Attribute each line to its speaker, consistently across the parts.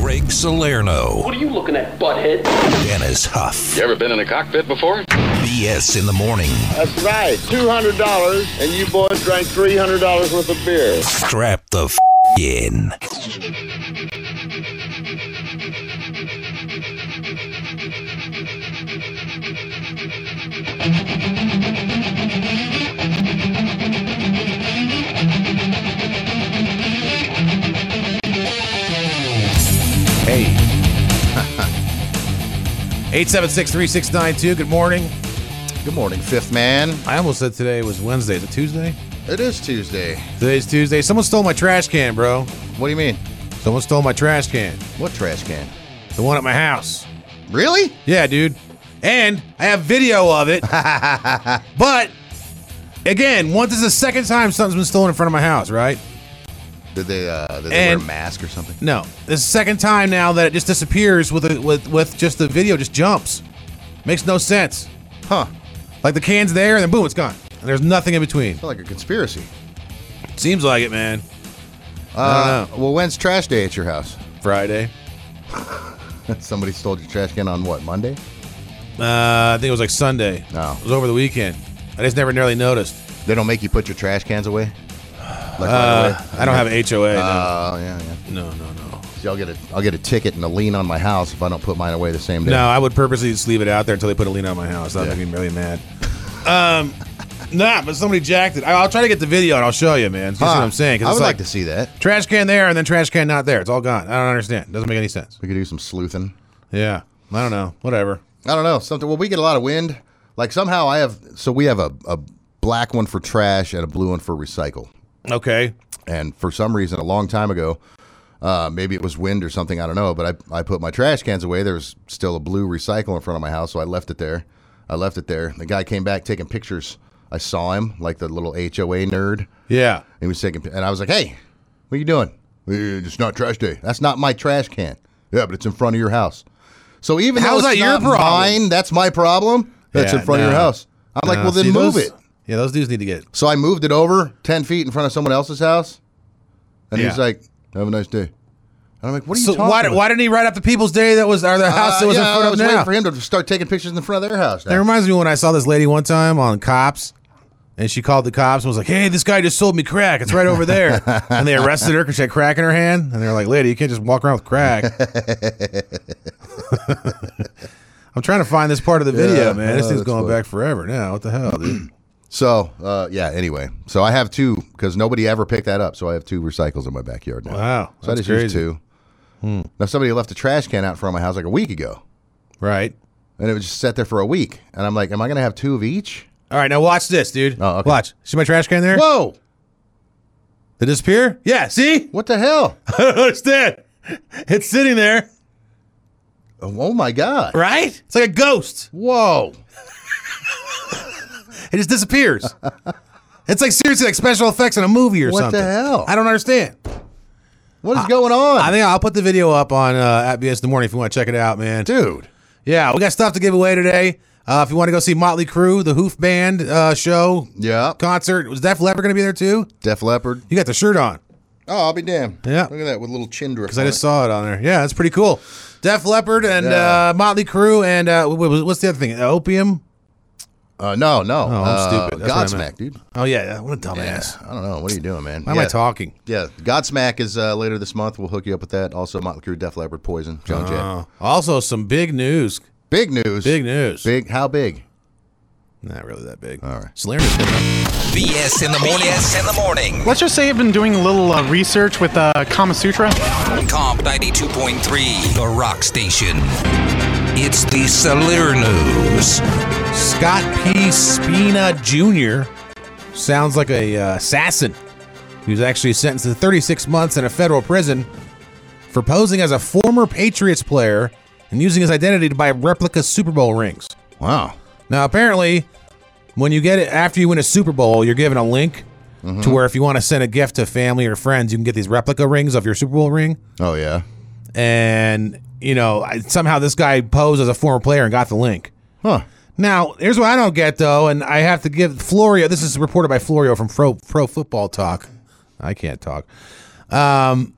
Speaker 1: Mike Salerno,
Speaker 2: What are you looking at, butthead?
Speaker 1: Dennis Huff.
Speaker 3: You ever been in a cockpit before?
Speaker 1: BS in the morning.
Speaker 4: That's right. Two hundred dollars, and you boys drank three hundred dollars worth of beer.
Speaker 1: Strap the f- in.
Speaker 5: Hey. 876 3692. Good morning.
Speaker 6: Good morning, Fifth Man.
Speaker 5: I almost said today was Wednesday. Is it Tuesday?
Speaker 6: It is Tuesday.
Speaker 5: Today's Tuesday. Someone stole my trash can, bro.
Speaker 6: What do you mean?
Speaker 5: Someone stole my trash can.
Speaker 6: What trash can?
Speaker 5: The one at my house.
Speaker 6: Really?
Speaker 5: Yeah, dude. And I have video of it. but again, once is the second time something's been stolen in front of my house, right?
Speaker 6: Did they uh did they wear a
Speaker 5: And-
Speaker 6: mask or something?
Speaker 5: No. This is the second time now that it just disappears with a, with with just the video just jumps. Makes no sense.
Speaker 6: Huh.
Speaker 5: Like the can's there and then boom, it's gone. And there's nothing in between.
Speaker 6: Sound like a conspiracy.
Speaker 5: Seems like it, man.
Speaker 6: Uh,
Speaker 5: don't
Speaker 6: well, when's trash day at your house?
Speaker 5: Friday.
Speaker 6: Somebody stole your trash can on what Monday?
Speaker 5: Uh, I think it was like Sunday.
Speaker 6: No.
Speaker 5: It was over the weekend. I just never nearly noticed.
Speaker 6: They don't make you put your trash cans away. Like
Speaker 5: Uh, I don't have a HOA. no.
Speaker 6: Oh yeah, yeah.
Speaker 5: no, no, no.
Speaker 6: See, I'll get a I'll get a ticket and a lien on my house if I don't put mine away the same day.
Speaker 5: No, I would purposely just leave it out there until they put a lien on my house. That would
Speaker 6: Yeah.
Speaker 5: make me really mad. Um, nah, but somebody jacked it. I, I'll try to get the video and I'll show you, man. That's
Speaker 6: Huh.
Speaker 5: what I'm saying. 'cause
Speaker 6: Ah, I
Speaker 5: it's
Speaker 6: would
Speaker 5: like
Speaker 6: like to see that.
Speaker 5: trash can there and then trash can not there. It's all gone. I don't understand. Doesn't make any sense.
Speaker 6: We could do some sleuthing.
Speaker 5: Yeah, I don't know. Whatever.
Speaker 6: I don't know something. Well, we get a lot of wind. Like somehow I have. So we have a, a black one for trash and a blue one for recycle.
Speaker 5: Okay.
Speaker 6: And for some reason, a long time ago, uh, maybe it was wind or something. I don't know. But I I put my trash cans away. There was still a blue recycle in front of my house, so I left it there. I left it there. The guy came back taking pictures. I saw him, like the little HOA nerd.
Speaker 5: Yeah.
Speaker 6: He was taking, and I was like, "Hey, what are you doing? Eh, It's not trash day. That's not my trash can. Yeah, but it's in front of your house. So even
Speaker 5: How's
Speaker 6: though
Speaker 5: that
Speaker 6: it's
Speaker 5: your
Speaker 6: not
Speaker 5: problem?
Speaker 6: mine, that's my problem. That's
Speaker 5: Yeah,
Speaker 6: in front of
Speaker 5: no.
Speaker 6: your house. I'm like,
Speaker 5: Uh,
Speaker 6: well, then
Speaker 5: see,
Speaker 6: move
Speaker 5: those-
Speaker 6: it.
Speaker 5: Yeah, those dudes need to get.
Speaker 6: So I moved it over ten feet in front of someone else's house, and he's
Speaker 5: Yeah.
Speaker 6: like, "Have a nice day." And I'm like, "What are you
Speaker 5: So
Speaker 6: talking
Speaker 5: why,
Speaker 6: about?"
Speaker 5: why didn't he write up the people's day that was or the house
Speaker 6: Uh,
Speaker 5: that was
Speaker 6: yeah,
Speaker 5: in front
Speaker 6: I
Speaker 5: of
Speaker 6: was
Speaker 5: now?
Speaker 6: waiting for him to start taking pictures in front of their house.
Speaker 5: That
Speaker 6: Now.
Speaker 5: reminds me when I saw this lady one time on Cops, and she called the cops and was like, "Hey, this guy just sold me crack. It's right over there." and they arrested her because she had crack in her hand, and they were like, "Lady, you can't just walk around with crack." I'm trying to find this part of the video,
Speaker 6: Yeah,
Speaker 5: man. This
Speaker 6: oh,
Speaker 5: thing's
Speaker 6: that's
Speaker 5: going
Speaker 6: funny.
Speaker 5: back forever now. What the hell, dude?
Speaker 6: So uh, yeah. Anyway, so I have two because nobody ever picked that up. So I have two recycles in my backyard now.
Speaker 5: Wow,
Speaker 6: So I
Speaker 5: that's
Speaker 6: just used
Speaker 5: crazy. Hmm.
Speaker 6: two. Now somebody left a trash can out in front of my house like a week ago,
Speaker 5: right.
Speaker 6: and it was just sat there for a week. And I'm like, am I gonna have two of each?
Speaker 5: All right, now watch this, dude.
Speaker 6: Oh, okay.
Speaker 5: Watch. See my trash can there?
Speaker 6: Whoa!
Speaker 5: Did it disappear? Yeah. See?
Speaker 6: What the hell?
Speaker 5: I don't understand. It's sitting there,
Speaker 6: oh my god!
Speaker 5: right? It's like a ghost.
Speaker 6: Whoa!
Speaker 5: It just disappears. it's like seriously like special effects in a movie or
Speaker 6: What the
Speaker 5: something.
Speaker 6: hell?
Speaker 5: I don't understand.
Speaker 6: What is going on,
Speaker 5: I think I'll put the video up on uh, at BS in the morning if you want to check it out, man.
Speaker 6: dude?
Speaker 5: Yeah, we got stuff to give away today. Uh, if you want to go see Motley Crue, the Hoof Band uh, show
Speaker 6: Yeah,
Speaker 5: concert, was Def Leppard going to be there too?
Speaker 6: Def Leppard.
Speaker 5: You got the shirt on
Speaker 6: Oh, I'll be damned.
Speaker 5: Yeah.
Speaker 6: look at that with little chin drift.
Speaker 5: because I
Speaker 6: on
Speaker 5: just
Speaker 6: it.
Speaker 5: saw it on there. Yeah, that's pretty cool. Def Leppard and
Speaker 6: Yeah.
Speaker 5: uh, Motley Crue and uh, wh- wh- what's the other thing? Opium.
Speaker 6: Uh, no, no.
Speaker 5: Oh, I'm
Speaker 6: uh,
Speaker 5: stupid. That's what I
Speaker 6: Godsmack,
Speaker 5: meant.
Speaker 6: dude.
Speaker 5: Oh yeah, yeah, what a dumbass.
Speaker 6: I don't know. What are you doing, man?
Speaker 5: Why am I talking?
Speaker 6: Yeah, Godsmack is uh, later this month. We'll hook you up with that. Also, Motley Crue, Def Leppard, Poison, John Jett.
Speaker 5: Oh. Also, some big news.
Speaker 6: Big news.
Speaker 5: Big news.
Speaker 6: Big. How big?
Speaker 5: Not really that big.
Speaker 6: All right.
Speaker 5: Salerno's coming up.
Speaker 1: BS in the morning. BS in the morning.
Speaker 7: Let's just say I've been doing a little uh, research with uh, Kama Sutra.
Speaker 1: Comp 92.3, The Rock Station. It's the Salernos.
Speaker 5: Scott P. Spina Jr. sounds like a uh, assassin. He was actually sentenced to 36 months in a federal prison for posing as a former Patriots player and using his identity to buy replica Super Bowl rings.
Speaker 6: Wow.
Speaker 5: Now, apparently, when you get it after you win a Super Bowl, you're given a link
Speaker 6: Mm-hmm.
Speaker 5: to where if you want to send a gift to family or friends, you can get these replica rings of your Super Bowl ring.
Speaker 6: Oh yeah.
Speaker 5: And you know, I- somehow this guy posed as a former player and got the link.
Speaker 6: Huh.
Speaker 5: Now, here's what I don't get though, and I have to give Florio. This is reported by Florio from Pro Pro Football Talk. I can't talk. Um,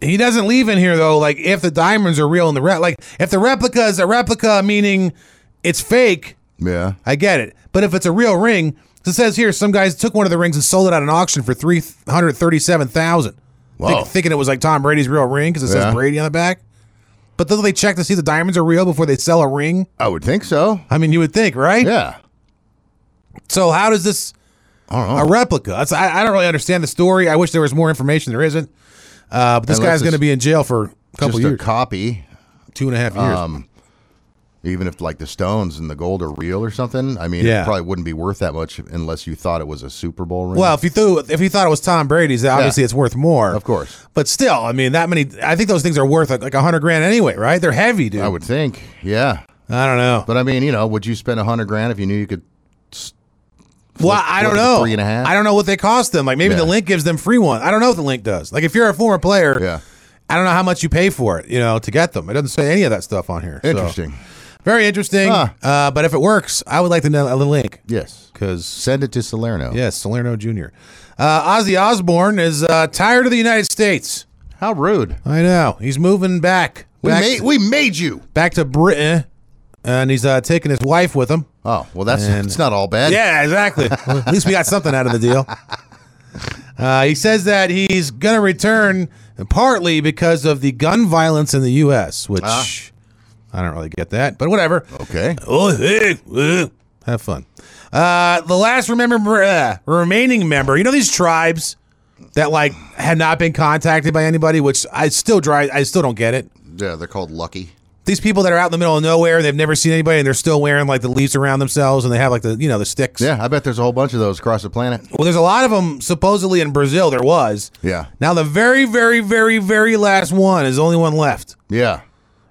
Speaker 5: He doesn't leave in here though. Like if the diamonds are real and the re- like if the replica is a replica, meaning it's fake.
Speaker 6: Yeah.
Speaker 5: I get it. But if it's a real ring, it says here some guys took one of the rings and sold it at an auction for three hundred thirty-seven thousand.
Speaker 6: Wow.
Speaker 5: thinking it was like Tom Brady's real ring because it
Speaker 6: Yeah.
Speaker 5: says Brady on the back. But don't they check to see the diamonds are real before they sell a ring?
Speaker 6: I would think so.
Speaker 5: I mean, you would think, right?
Speaker 6: Yeah.
Speaker 5: So how does this
Speaker 6: I don't know.
Speaker 5: a replica? That's, I, I don't really understand the story. I wish there was more information. There isn't. Uh, but this guy's
Speaker 6: Unless
Speaker 5: going to
Speaker 6: it's
Speaker 5: be in jail for a couple
Speaker 6: Just
Speaker 5: years,
Speaker 6: a copy.
Speaker 5: two and a half years.
Speaker 6: Um, even if like the stones and the gold are real or something, I mean,
Speaker 5: Yeah.
Speaker 6: it probably wouldn't be worth that much unless you thought it was a Super Bowl ring.
Speaker 5: well, if you threw, if you thought it was Tom Brady's, then obviously it's worth more,
Speaker 6: Of course.
Speaker 5: But still, I mean, that many. I think those things are worth like a hundred grand anyway, right? They're heavy, dude.
Speaker 6: I would think, yeah.
Speaker 5: I don't know.
Speaker 6: But I mean, you know, would you spend a hundred grand if you knew you could?
Speaker 5: Well,
Speaker 6: Flip-
Speaker 5: I
Speaker 6: flip
Speaker 5: don't
Speaker 6: it to
Speaker 5: know.
Speaker 6: three and a half?
Speaker 5: I don't know what they cost them. Like maybe
Speaker 6: Yeah.
Speaker 5: the link gives them free one. I don't know what the link does. Like if you're a former player,
Speaker 6: Yeah.
Speaker 5: I don't know how much you pay for it, you know, to get them. It doesn't say any of that stuff on here. So,
Speaker 6: Interesting.
Speaker 5: very interesting.
Speaker 6: Huh.
Speaker 5: Uh, but if it works, I would like to know uh, the link.
Speaker 6: Yes.
Speaker 5: Because
Speaker 6: Send it to Salerno.
Speaker 5: yes, Salerno Jr. Uh, Ozzy Osbourne is uh, tired of the United States.
Speaker 6: How rude.
Speaker 5: I know he's moving back,
Speaker 6: We
Speaker 5: back,
Speaker 6: made we made you.
Speaker 5: back to Britain, and he's uh, taking his wife with him.
Speaker 6: Oh well, that's it's not all bad.
Speaker 5: Yeah, exactly. Well, at least we got something out of the deal. Uh, he says that he's going to return partly because of the gun violence in the U.S., which
Speaker 6: Ah.
Speaker 5: I don't really get that, but whatever.
Speaker 6: Okay.
Speaker 5: Oh, hey, uh, have fun. Uh, the last remember uh, remaining member, you know these tribes that like had not been contacted by anybody, which I still drive. I still don't get it.
Speaker 6: Yeah, they're called Lucky.
Speaker 5: These people that are out in the middle of nowhere, they've never seen anybody, and they're still wearing like the leaves around themselves, and they have like the you know the sticks.
Speaker 6: Yeah, I bet there's a whole bunch of those across the planet.
Speaker 5: Well, there's a lot of them supposedly in Brazil. There was.
Speaker 6: Yeah.
Speaker 5: Now the very, very, very, very last one is the only one left,
Speaker 6: Yeah.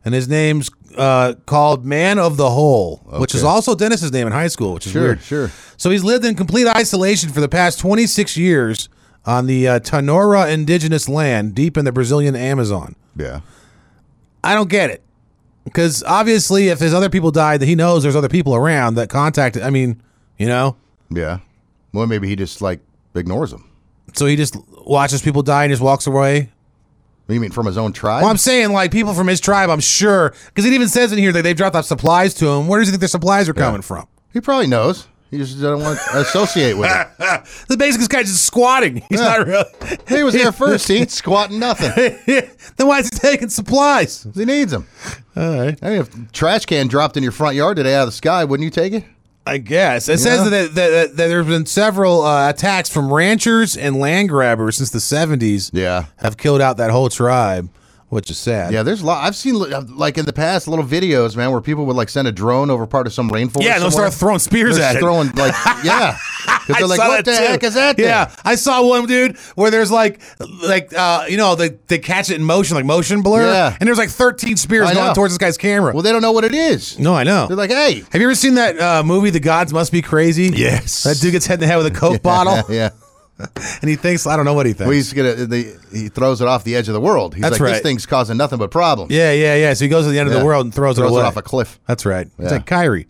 Speaker 5: and his name's uh, called Man of the Hole, which is
Speaker 6: Okay.
Speaker 5: also Dennis's name in high school, which is
Speaker 6: Sure,
Speaker 5: weird.
Speaker 6: sure.
Speaker 5: So he's lived in complete isolation for the past 26 years on the uh, Tanora indigenous land deep in the Brazilian Amazon.
Speaker 6: Yeah.
Speaker 5: I don't get it. Because obviously, if there's other people died, that he knows there's other people around that contacted. I mean, you know,
Speaker 6: Yeah. Well, maybe he just like ignores them.
Speaker 5: so he just watches people die and just walks away.
Speaker 6: You mean from his own tribe?
Speaker 5: Well, I'm saying like people from his tribe, I'm sure, because it even says in here that they've dropped off supplies to him. Where does he think their supplies are coming from?
Speaker 6: he probably knows. He just doesn't want to associate with it.
Speaker 5: The basic this guy's just squatting. He's
Speaker 6: Yeah.
Speaker 5: not really.
Speaker 6: He was there first. He ain't squatting nothing.
Speaker 5: then why is he taking supplies?
Speaker 6: He needs them.
Speaker 5: All right,
Speaker 6: I mean, if a trash can dropped in your front yard today out of the sky, wouldn't you take it?
Speaker 5: I guess it says
Speaker 6: Yeah.
Speaker 5: that, that, that, that there's been several uh, attacks from ranchers and land grabbers since the 70s.
Speaker 6: Yeah.
Speaker 5: have killed out that whole tribe, which is sad.
Speaker 6: Yeah, there's a lot. I've seen like in the past little videos, man, where people would like send a drone over part of some rainforest.
Speaker 5: yeah, and they'll
Speaker 6: somewhere.
Speaker 5: start throwing spears
Speaker 6: They're
Speaker 5: at
Speaker 6: just
Speaker 5: it.
Speaker 6: throwing like yeah. 'Cause
Speaker 5: I
Speaker 6: they're like,
Speaker 5: saw
Speaker 6: what the
Speaker 5: that too.
Speaker 6: heck is that? thing?"
Speaker 5: Yeah, I saw one dude where there's like, like uh, you know, they, they catch it in motion, like motion blur.
Speaker 6: Yeah.
Speaker 5: And there's like 13 spears
Speaker 6: I
Speaker 5: going
Speaker 6: know.
Speaker 5: towards this guy's camera.
Speaker 6: Well, they don't know what it is.
Speaker 5: no, I know.
Speaker 6: They're like, hey,
Speaker 5: Have you ever seen that uh, movie, The Gods Must Be Crazy?
Speaker 6: Yes.
Speaker 5: That dude gets head to head with a Coke bottle,
Speaker 6: yeah.
Speaker 5: and he thinks, I don't know what he thinks.
Speaker 6: Well, he's gonna. The, he throws it off the edge of the world. He's
Speaker 5: That's
Speaker 6: like,
Speaker 5: right.
Speaker 6: this thing's causing nothing but problems.
Speaker 5: yeah, yeah, yeah. So he goes to the end of
Speaker 6: Yeah.
Speaker 5: the world and throws,
Speaker 6: Throws
Speaker 5: it,
Speaker 6: it
Speaker 5: away.
Speaker 6: off a cliff.
Speaker 5: That's right. It's
Speaker 6: Yeah. Hmm.
Speaker 5: like Kyrie.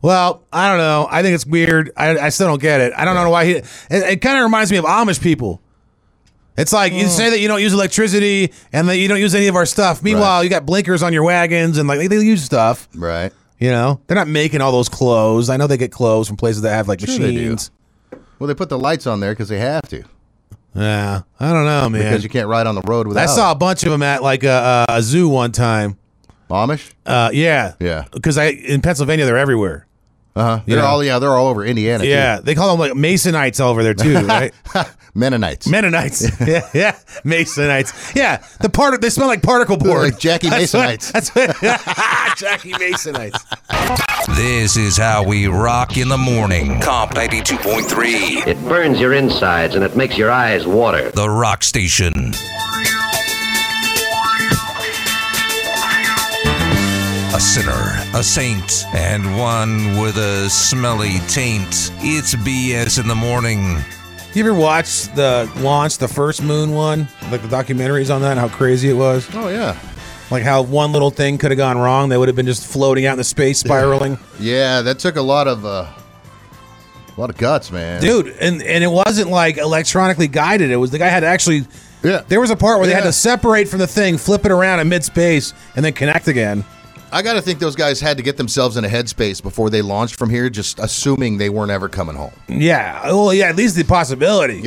Speaker 5: Well, I don't know. I think it's weird. I, I still don't get it. I don't know why he. It, it kind of reminds me of Amish people. It's like
Speaker 6: Hmm.
Speaker 5: you say that you don't use electricity and that you don't use any of our stuff. Meanwhile, you got blinkers on your wagons and like they, they use stuff.
Speaker 6: Right.
Speaker 5: You know, they're not making all those clothes. I know they get clothes from places that have like
Speaker 6: Sure they do.
Speaker 5: machines.
Speaker 6: Well, they put the lights on there because they have to.
Speaker 5: Yeah, I don't know, man.
Speaker 6: Because you can't ride on the road without.
Speaker 5: I saw a
Speaker 6: it.
Speaker 5: bunch of them at like a, a zoo one time.
Speaker 6: Amish.
Speaker 5: Uh, yeah,
Speaker 6: Yeah.
Speaker 5: Because I in Pennsylvania they're everywhere.
Speaker 6: Uh huh. They're
Speaker 5: Yeah.
Speaker 6: all yeah. They're all over Indiana. too.
Speaker 5: Yeah, they call them like Masonites over there too, right?
Speaker 6: Mennonites.
Speaker 5: Mennonites. yeah, yeah. Masonites. Yeah. The part they smell like particle board.
Speaker 6: Like Jackie
Speaker 5: That's what-
Speaker 6: Masonites.
Speaker 5: That's what, Jackie Masonites.
Speaker 1: This is how we rock in the morning. Comp 92.3,
Speaker 3: It burns your insides and it makes your eyes water.
Speaker 1: the rock station. A sinner, a saint, and one with a smelly taint. It's BS in the morning.
Speaker 5: You ever watch the launch, the first moon one? Like the documentaries on that and how crazy it was?
Speaker 6: Oh yeah.
Speaker 5: Like how one little thing could have gone wrong. They would have been just floating out in the space spiraling.
Speaker 6: Yeah, that took a lot of uh, a lot of guts, man.
Speaker 5: Dude, and, and it wasn't like electronically guided. It was the guy had to actually
Speaker 6: Yeah.
Speaker 5: There was a part where they had
Speaker 6: Yeah.
Speaker 5: to separate from the thing, flip it around in mid space, and then connect again.
Speaker 6: I got to think those guys had to get themselves in a headspace before they launched from here, just assuming they weren't ever coming home.
Speaker 5: Yeah. Well, yeah, at least the possibility.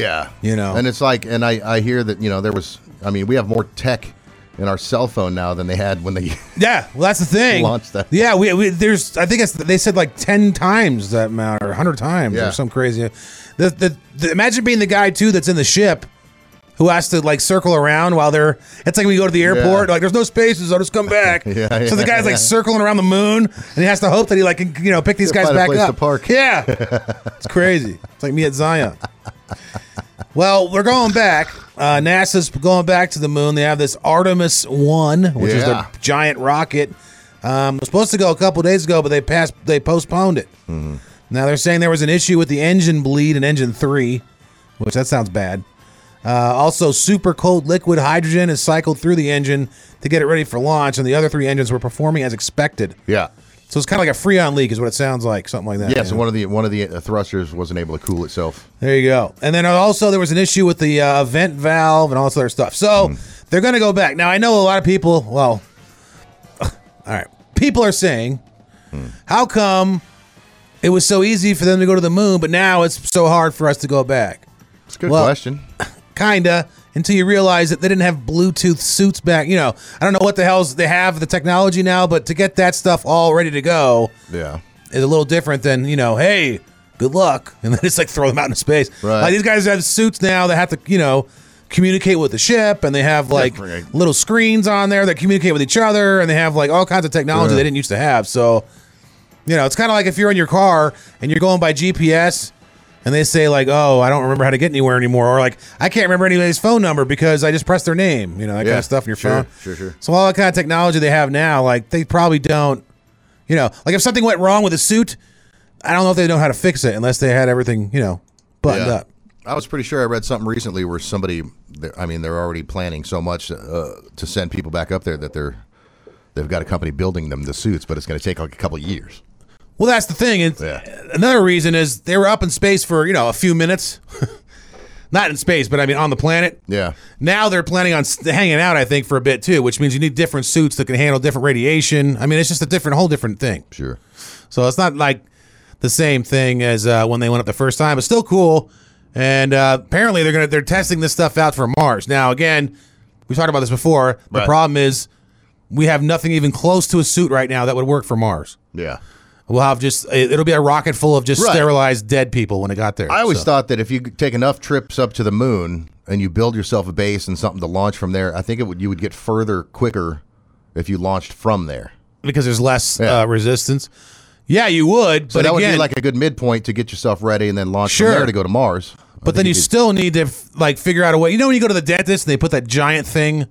Speaker 5: You know.
Speaker 6: And it's like, and I, I hear that, you know, there was, I mean, we have more tech in our cell phone now than they had when they,
Speaker 5: Yeah, well, that's the thing.
Speaker 6: Launch that.
Speaker 5: Yeah, we, we there's I think it's they said like ten times that amount or hundred times
Speaker 6: Yeah.
Speaker 5: or some crazy. The, the the imagine being the guy too that's in the ship who has to like circle around while they're. It's like we go to the airport like there's no spaces. I'll just come back.
Speaker 6: Yeah,
Speaker 5: so the
Speaker 6: yeah,
Speaker 5: guy's
Speaker 6: yeah.
Speaker 5: like circling around the moon and he has to hope that he like can you know pick these guys
Speaker 6: Find a
Speaker 5: back
Speaker 6: place
Speaker 5: up.
Speaker 6: to park.
Speaker 5: Yeah, it's crazy. It's like me at Zion. Well, we're going back. Uh, NASA's going back to the moon. They have this Artemis One, which is
Speaker 6: Yeah.
Speaker 5: their giant rocket. Um, it was supposed to go a couple days ago, but they passed. They postponed it. Now they're saying there was an issue with the engine bleed in engine three, which that sounds bad. Uh, also, super cold liquid hydrogen is cycled through the engine to get it ready for launch, and the other three engines were performing as expected.
Speaker 6: yeah.
Speaker 5: So it's kind of like a freon leak, is what it sounds like, something like that.
Speaker 6: Yeah,
Speaker 5: you
Speaker 6: so
Speaker 5: know?
Speaker 6: one of the one of the uh, thrusters wasn't able to cool itself.
Speaker 5: There you go. And then also there was an issue with the uh, vent valve and all this other stuff. So they're going to go back. Now I know a lot of people. Well, all right, people are saying, how come it was so easy for them to go to the moon, but now it's so hard for us to go back?
Speaker 6: It's a good
Speaker 5: Well-
Speaker 6: question.
Speaker 5: Kinda. Until you realize that they didn't have Bluetooth suits back, you know, I don't know what the hell's they have the technology now, but to get that stuff all ready to go,
Speaker 6: Yeah.
Speaker 5: is a little different than you know, hey, good luck, and then it's like throw them out into space.
Speaker 6: Right.
Speaker 5: Like these guys have suits now that have to you know communicate with the ship, and they have like
Speaker 6: Different.
Speaker 5: little screens on there that communicate with each other, and they have like all kinds of technology
Speaker 6: Yeah.
Speaker 5: they didn't used to have. So you know, it's kind of like if you're in your car and you're going by GPS. And they say like, "Oh, I don't remember how to get anywhere anymore," or like, "I can't remember anybody's phone number because I just pressed their name," you know, that kind
Speaker 6: Yeah.
Speaker 5: of stuff in your
Speaker 6: Sure,
Speaker 5: phone.
Speaker 6: sure, sure.
Speaker 5: So all that kind of technology they have now, like they probably don't you know, like if something went wrong with a suit, I don't know if they know how to fix it unless they had everything, you know, buttoned
Speaker 6: Yeah.
Speaker 5: up.
Speaker 6: I was pretty sure I read something recently where somebody, they're- I mean, they're already planning so much uh, to send people back up there that they're they've got a company building them the suits, but it's going to take like a couple years.
Speaker 5: Well, that's the thing. And
Speaker 6: Yeah.
Speaker 5: another reason is they were up in space for, you know, a few minutes. Not in space, but I mean on the planet.
Speaker 6: Yeah,
Speaker 5: Now they're planning on st- hanging out, I think, for a bit too, which means you need different suits that can handle different radiation. I mean, it's just a different, whole different thing.
Speaker 6: sure.
Speaker 5: So it's not like the same thing as uh, when they went up the first time, but still cool. And uh, apparently they're gonna they're testing this stuff out for Mars. Now again, we've talked about this before. The
Speaker 6: Right.
Speaker 5: problem is we have nothing even close to a suit right now that would work for Mars.
Speaker 6: Yeah.
Speaker 5: We'll have just it- it'll be a rocket full of just
Speaker 6: Right.
Speaker 5: sterilized dead people when it got there.
Speaker 6: I always
Speaker 5: So-
Speaker 6: thought that if you take enough trips up to the moon and you build yourself a base and something to launch from there, I think it would you would get further quicker if you launched from there.
Speaker 5: because there's less
Speaker 6: Yeah.
Speaker 5: uh, resistance. Yeah, you would,
Speaker 6: So
Speaker 5: but
Speaker 6: that
Speaker 5: again,
Speaker 6: would be like a good midpoint to get yourself ready and then launch
Speaker 5: Sure.
Speaker 6: from there to go to Mars. I
Speaker 5: But
Speaker 6: think
Speaker 5: then you
Speaker 6: could-
Speaker 5: still need to f- like figure out a way. You know when you go to the dentist and they put that giant thing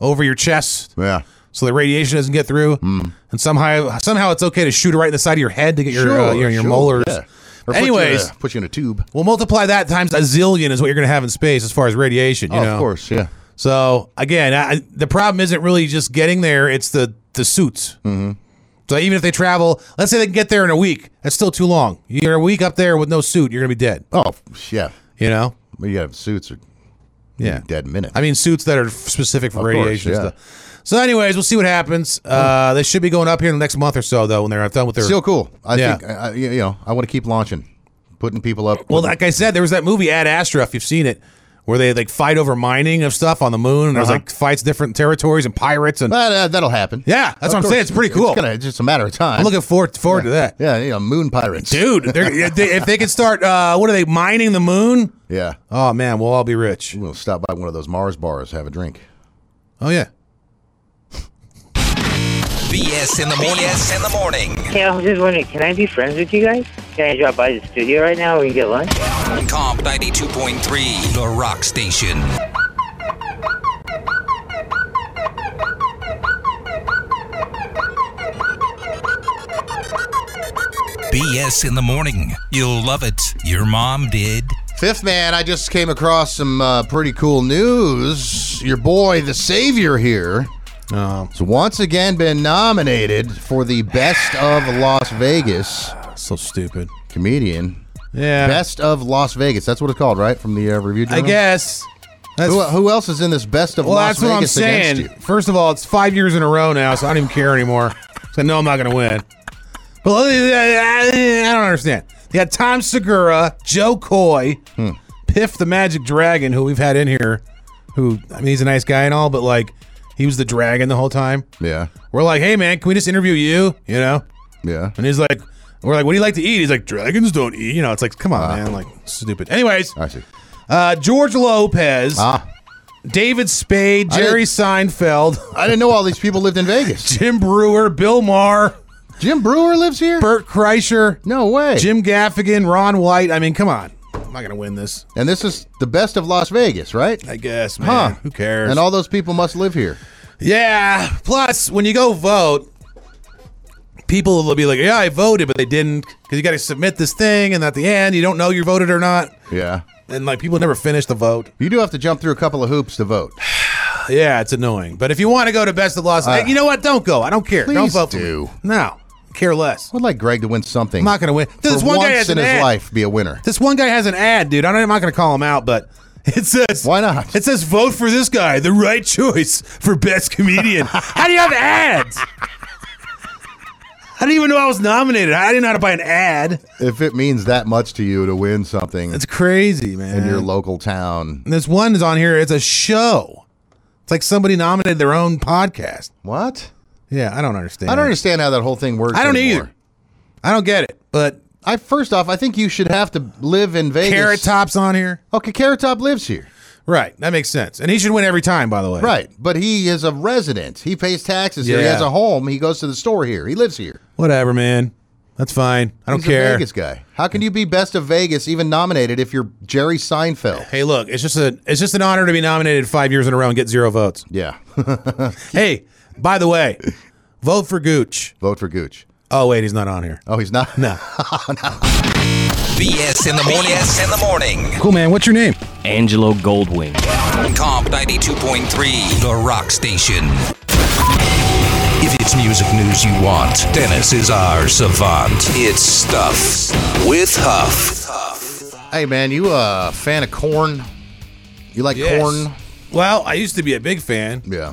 Speaker 5: over your chest,
Speaker 6: yeah.
Speaker 5: so the radiation doesn't get through,
Speaker 6: Hmm.
Speaker 5: and somehow somehow it's okay to shoot it right in the side of your head to get your uh, your, your
Speaker 6: sure,
Speaker 5: molars.
Speaker 6: yeah. Or put you in a-
Speaker 5: Anyways,
Speaker 6: put you in a tube.
Speaker 5: we'll multiply that times a zillion is what you're going to have in space as far as radiation. You
Speaker 6: Oh,
Speaker 5: know,
Speaker 6: of course, yeah.
Speaker 5: So again, I, the problem isn't really just getting there; it's the the suits. Mm-hmm. So even if they travel, let's say they can get there in a week, that's still too long. You're a week up there with no suit, you're going to be dead.
Speaker 6: Oh, yeah.
Speaker 5: You know.
Speaker 6: Well, you have suits or
Speaker 5: Yeah.
Speaker 6: dead minute.
Speaker 5: I mean, suits that are specific for
Speaker 6: Of course,
Speaker 5: radiation
Speaker 6: yeah. Hmm.
Speaker 5: and stuff. So, anyways, we'll see what happens. Uh, they should be going up here in the next month or so, though, when they're done with their.
Speaker 6: still cool. I
Speaker 5: Yeah.
Speaker 6: think I, I- you know I want to keep launching, putting people up.
Speaker 5: well, like I said, there was that movie Ad Astra, if you've seen it, where they like fight over mining of stuff on the moon, and there's
Speaker 6: Uh-huh.
Speaker 5: like fights different territories and pirates, and
Speaker 6: But, uh, that'll happen.
Speaker 5: Yeah, that's
Speaker 6: Of
Speaker 5: what I'm
Speaker 6: course.
Speaker 5: saying. It's pretty cool.
Speaker 6: It's, gonna, it's just a matter of time.
Speaker 5: I'm looking forward forward to that.
Speaker 6: yeah, you know, moon pirates,
Speaker 5: Dude, they're, if they- if they could start, uh, what are they mining the moon?
Speaker 6: Yeah,
Speaker 5: Oh man, we'll all be rich.
Speaker 6: we'll stop by one of those Mars bars, have a drink.
Speaker 5: Oh yeah.
Speaker 1: BS in the morning. BS in the morning.
Speaker 8: Hey, I was just wondering, can I be friends with you guys? Can I drop by the studio right now? We can get lunch.
Speaker 1: Comp 92.3, The Rock Station. BS in the morning. You'll love it. Your mom did.
Speaker 6: Fifth man, I just came across some uh, pretty cool news. Your boy, the Savior here,
Speaker 5: Oh,
Speaker 6: has once again been nominated for the Best of Las Vegas
Speaker 5: so stupid.
Speaker 6: comedian.
Speaker 5: Yeah.
Speaker 6: Best of Las Vegas. That's what it's called, right? From the uh, review.
Speaker 5: I
Speaker 6: Journal?
Speaker 5: guess. That's
Speaker 6: Who, who else is in this best of
Speaker 5: Well,
Speaker 6: Las
Speaker 5: that's what I'm
Speaker 6: Vegas against
Speaker 5: saying.
Speaker 6: you?
Speaker 5: First of all, it's five years in a row now, so I don't even care anymore. So no, I'm not going to win. Well, I don't understand. They got Tom Segura, Joe Coy,
Speaker 6: Hmm.
Speaker 5: Piff the Magic Dragon, who we've had in here. Who I mean, he's a nice guy and all, but like he was the dragon the whole time.
Speaker 6: Yeah,
Speaker 5: We're like, hey man, can we just interview you? You know,
Speaker 6: yeah.
Speaker 5: and he's like, we're like, what do you like to eat? He's like, dragons don't eat. You know, it's like, come on, man, like stupid. Anyways,
Speaker 6: I see.
Speaker 5: uh, George Lopez,
Speaker 6: Ah,
Speaker 5: David Spade,
Speaker 6: I didn't-
Speaker 5: Jerry Seinfeld.
Speaker 6: I didn't know all these people lived in Vegas.
Speaker 5: Tim Brewer, Bill Maher,
Speaker 6: Jim Brewer lives here.
Speaker 5: Burt Kreischer,
Speaker 6: No way.
Speaker 5: Jim Gaffigan, Ron White. I mean, come on. I'm not going to win this,
Speaker 6: And this is the best of Las Vegas, right?
Speaker 5: I guess, man.
Speaker 6: Huh?
Speaker 5: Who cares?
Speaker 6: And all those people must live here.
Speaker 5: yeah. Plus, when you go vote, people will be like, yeah, I voted, but they didn't because you got to submit this thing. And at the end, you don't know you voted or not.
Speaker 6: Yeah.
Speaker 5: And like, people never finish the vote.
Speaker 6: You do have to jump through a couple of hoops to vote.
Speaker 5: Yeah, it's annoying. But if you want to go to Best of Los Angeles, you know what? Don't go. I don't care. Don't
Speaker 6: Uh, Please
Speaker 5: vote
Speaker 6: do.
Speaker 5: for me. No. Care less.
Speaker 6: I would like Greg to win something.
Speaker 5: I'm not going to win. This
Speaker 6: For
Speaker 5: one guy
Speaker 6: once
Speaker 5: has
Speaker 6: in
Speaker 5: an
Speaker 6: his
Speaker 5: ad.
Speaker 6: life, be a winner.
Speaker 5: This one guy has an ad, dude. I don't- I'm not going to call him out, but it says
Speaker 6: Why not?
Speaker 5: It says vote for this guy, the right choice for best comedian. how do you have ads? I didn't even know I was nominated. I didn't know how to buy an ad.
Speaker 6: If it means that much to you to win something
Speaker 5: It's crazy, man.
Speaker 6: in your local town,
Speaker 5: And this one is on here. It's a show. It's like somebody nominated their own podcast.
Speaker 6: what?
Speaker 5: Yeah, I don't understand.
Speaker 6: I don't understand how that whole thing works.
Speaker 5: I don't
Speaker 6: anymore.
Speaker 5: either. I don't get it. But
Speaker 6: I first off, I think you should have to live in Vegas.
Speaker 5: Carrot Top's on here.
Speaker 6: Okay, Carrot Top lives here.
Speaker 5: Right. That makes sense. And he should win every time, by the way.
Speaker 6: Right, but he is a resident. He pays taxes here. He
Speaker 5: Yeah.
Speaker 6: has a home. He goes to the store here. He lives here.
Speaker 5: Whatever, man. That's fine. I don't
Speaker 6: He's
Speaker 5: care.
Speaker 6: a Vegas guy. How can you be best of Vegas even nominated if you're Jerry Seinfeld?
Speaker 5: Hey, look, it's just a it's just an honor to be nominated five years in a row and get zero votes.
Speaker 6: Yeah,
Speaker 5: Hey, by the way, vote for Gooch.
Speaker 6: vote for Gooch.
Speaker 5: Oh wait, he's not on here.
Speaker 6: Oh, he's not. No.
Speaker 1: BS in the morning. BS in the morning.
Speaker 5: Cool man, what's your name?
Speaker 9: Angelo Goldwing.
Speaker 1: Comp 92.3, The Rock Station. If it's music news you want, Dennis is our savant. It's Stuff with Huff.
Speaker 6: Hey man, you a fan of corn? You like
Speaker 5: Yes.
Speaker 6: corn?
Speaker 5: Well, I used to be a big fan.
Speaker 6: Yeah.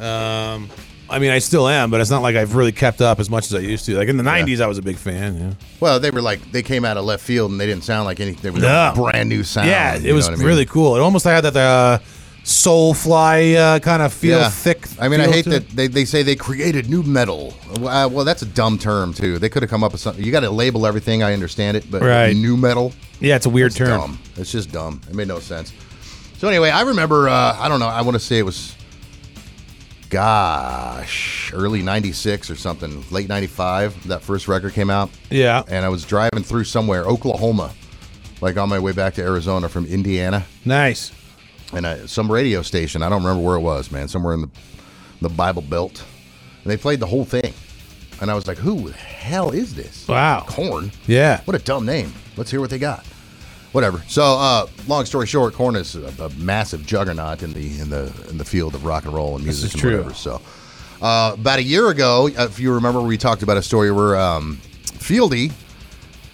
Speaker 5: Um, I mean, I still am, but it's not like I've really kept up as much as I used to. Like in the '90s, I was a big fan. Yeah,
Speaker 6: Well, they were like they came out of left field and they didn't sound like anything. They were
Speaker 5: No.
Speaker 6: a brand new sound.
Speaker 5: yeah,
Speaker 6: you
Speaker 5: it
Speaker 6: know
Speaker 5: was
Speaker 6: what I mean?
Speaker 5: really cool. It almost had that uh, soul fly uh, kind of feel,
Speaker 6: Yeah.
Speaker 5: thick.
Speaker 6: I mean, I
Speaker 5: feel
Speaker 6: hate
Speaker 5: to
Speaker 6: that
Speaker 5: it.
Speaker 6: they, they say they created new metal. Well, uh, well, that's a dumb term too. They could have come up with something. You got to label everything. I understand it, but
Speaker 5: Right.
Speaker 6: new metal.
Speaker 5: Yeah, it's a weird
Speaker 6: It's
Speaker 5: term.
Speaker 6: dumb. It's just dumb. It made no sense. So anyway, I remember. Uh, I don't know. I want to say it was, gosh, early '96 or something, late '95. That first record came out,
Speaker 5: Yeah,
Speaker 6: and I was driving through somewhere, Oklahoma, like on my way back to Arizona from Indiana,
Speaker 5: nice.
Speaker 6: and I, some radio station. I don't remember where it was, man. Somewhere in the the Bible Belt, and they played the whole thing, and I was like, "Who the hell is this?"
Speaker 5: Wow.
Speaker 6: Corn.
Speaker 5: Yeah.
Speaker 6: What a dumb name. Let's hear what they got. Whatever. So, uh, long story short, Korn is a, a massive juggernaut in the in the in the field of rock and roll and music
Speaker 5: is
Speaker 6: and
Speaker 5: true.
Speaker 6: whatever. So, uh, about a year ago, if you remember, we talked about a story where um, Fieldy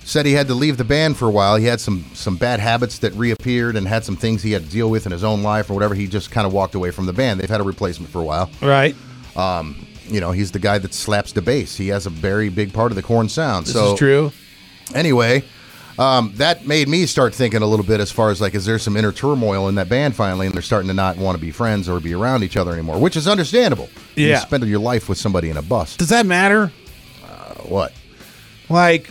Speaker 6: said he had to leave the band for a while. He had some some bad habits that reappeared and had some things he had to deal with in his own life or whatever. He just kind of walked away from the band. They've had a replacement for a while
Speaker 5: Right.
Speaker 6: you know, he's the guy that slaps the bass. He has a very big part of the corn sound.
Speaker 5: This
Speaker 6: so
Speaker 5: is true.
Speaker 6: Anyway, um, that made me start thinking a little bit as far as like, is there some inner turmoil in that band finally, and they're starting to not want to be friends or be around each other anymore, which is understandable. you
Speaker 5: Yeah.
Speaker 6: spend your life with somebody in a bus.
Speaker 5: Does that matter?
Speaker 6: What?
Speaker 5: like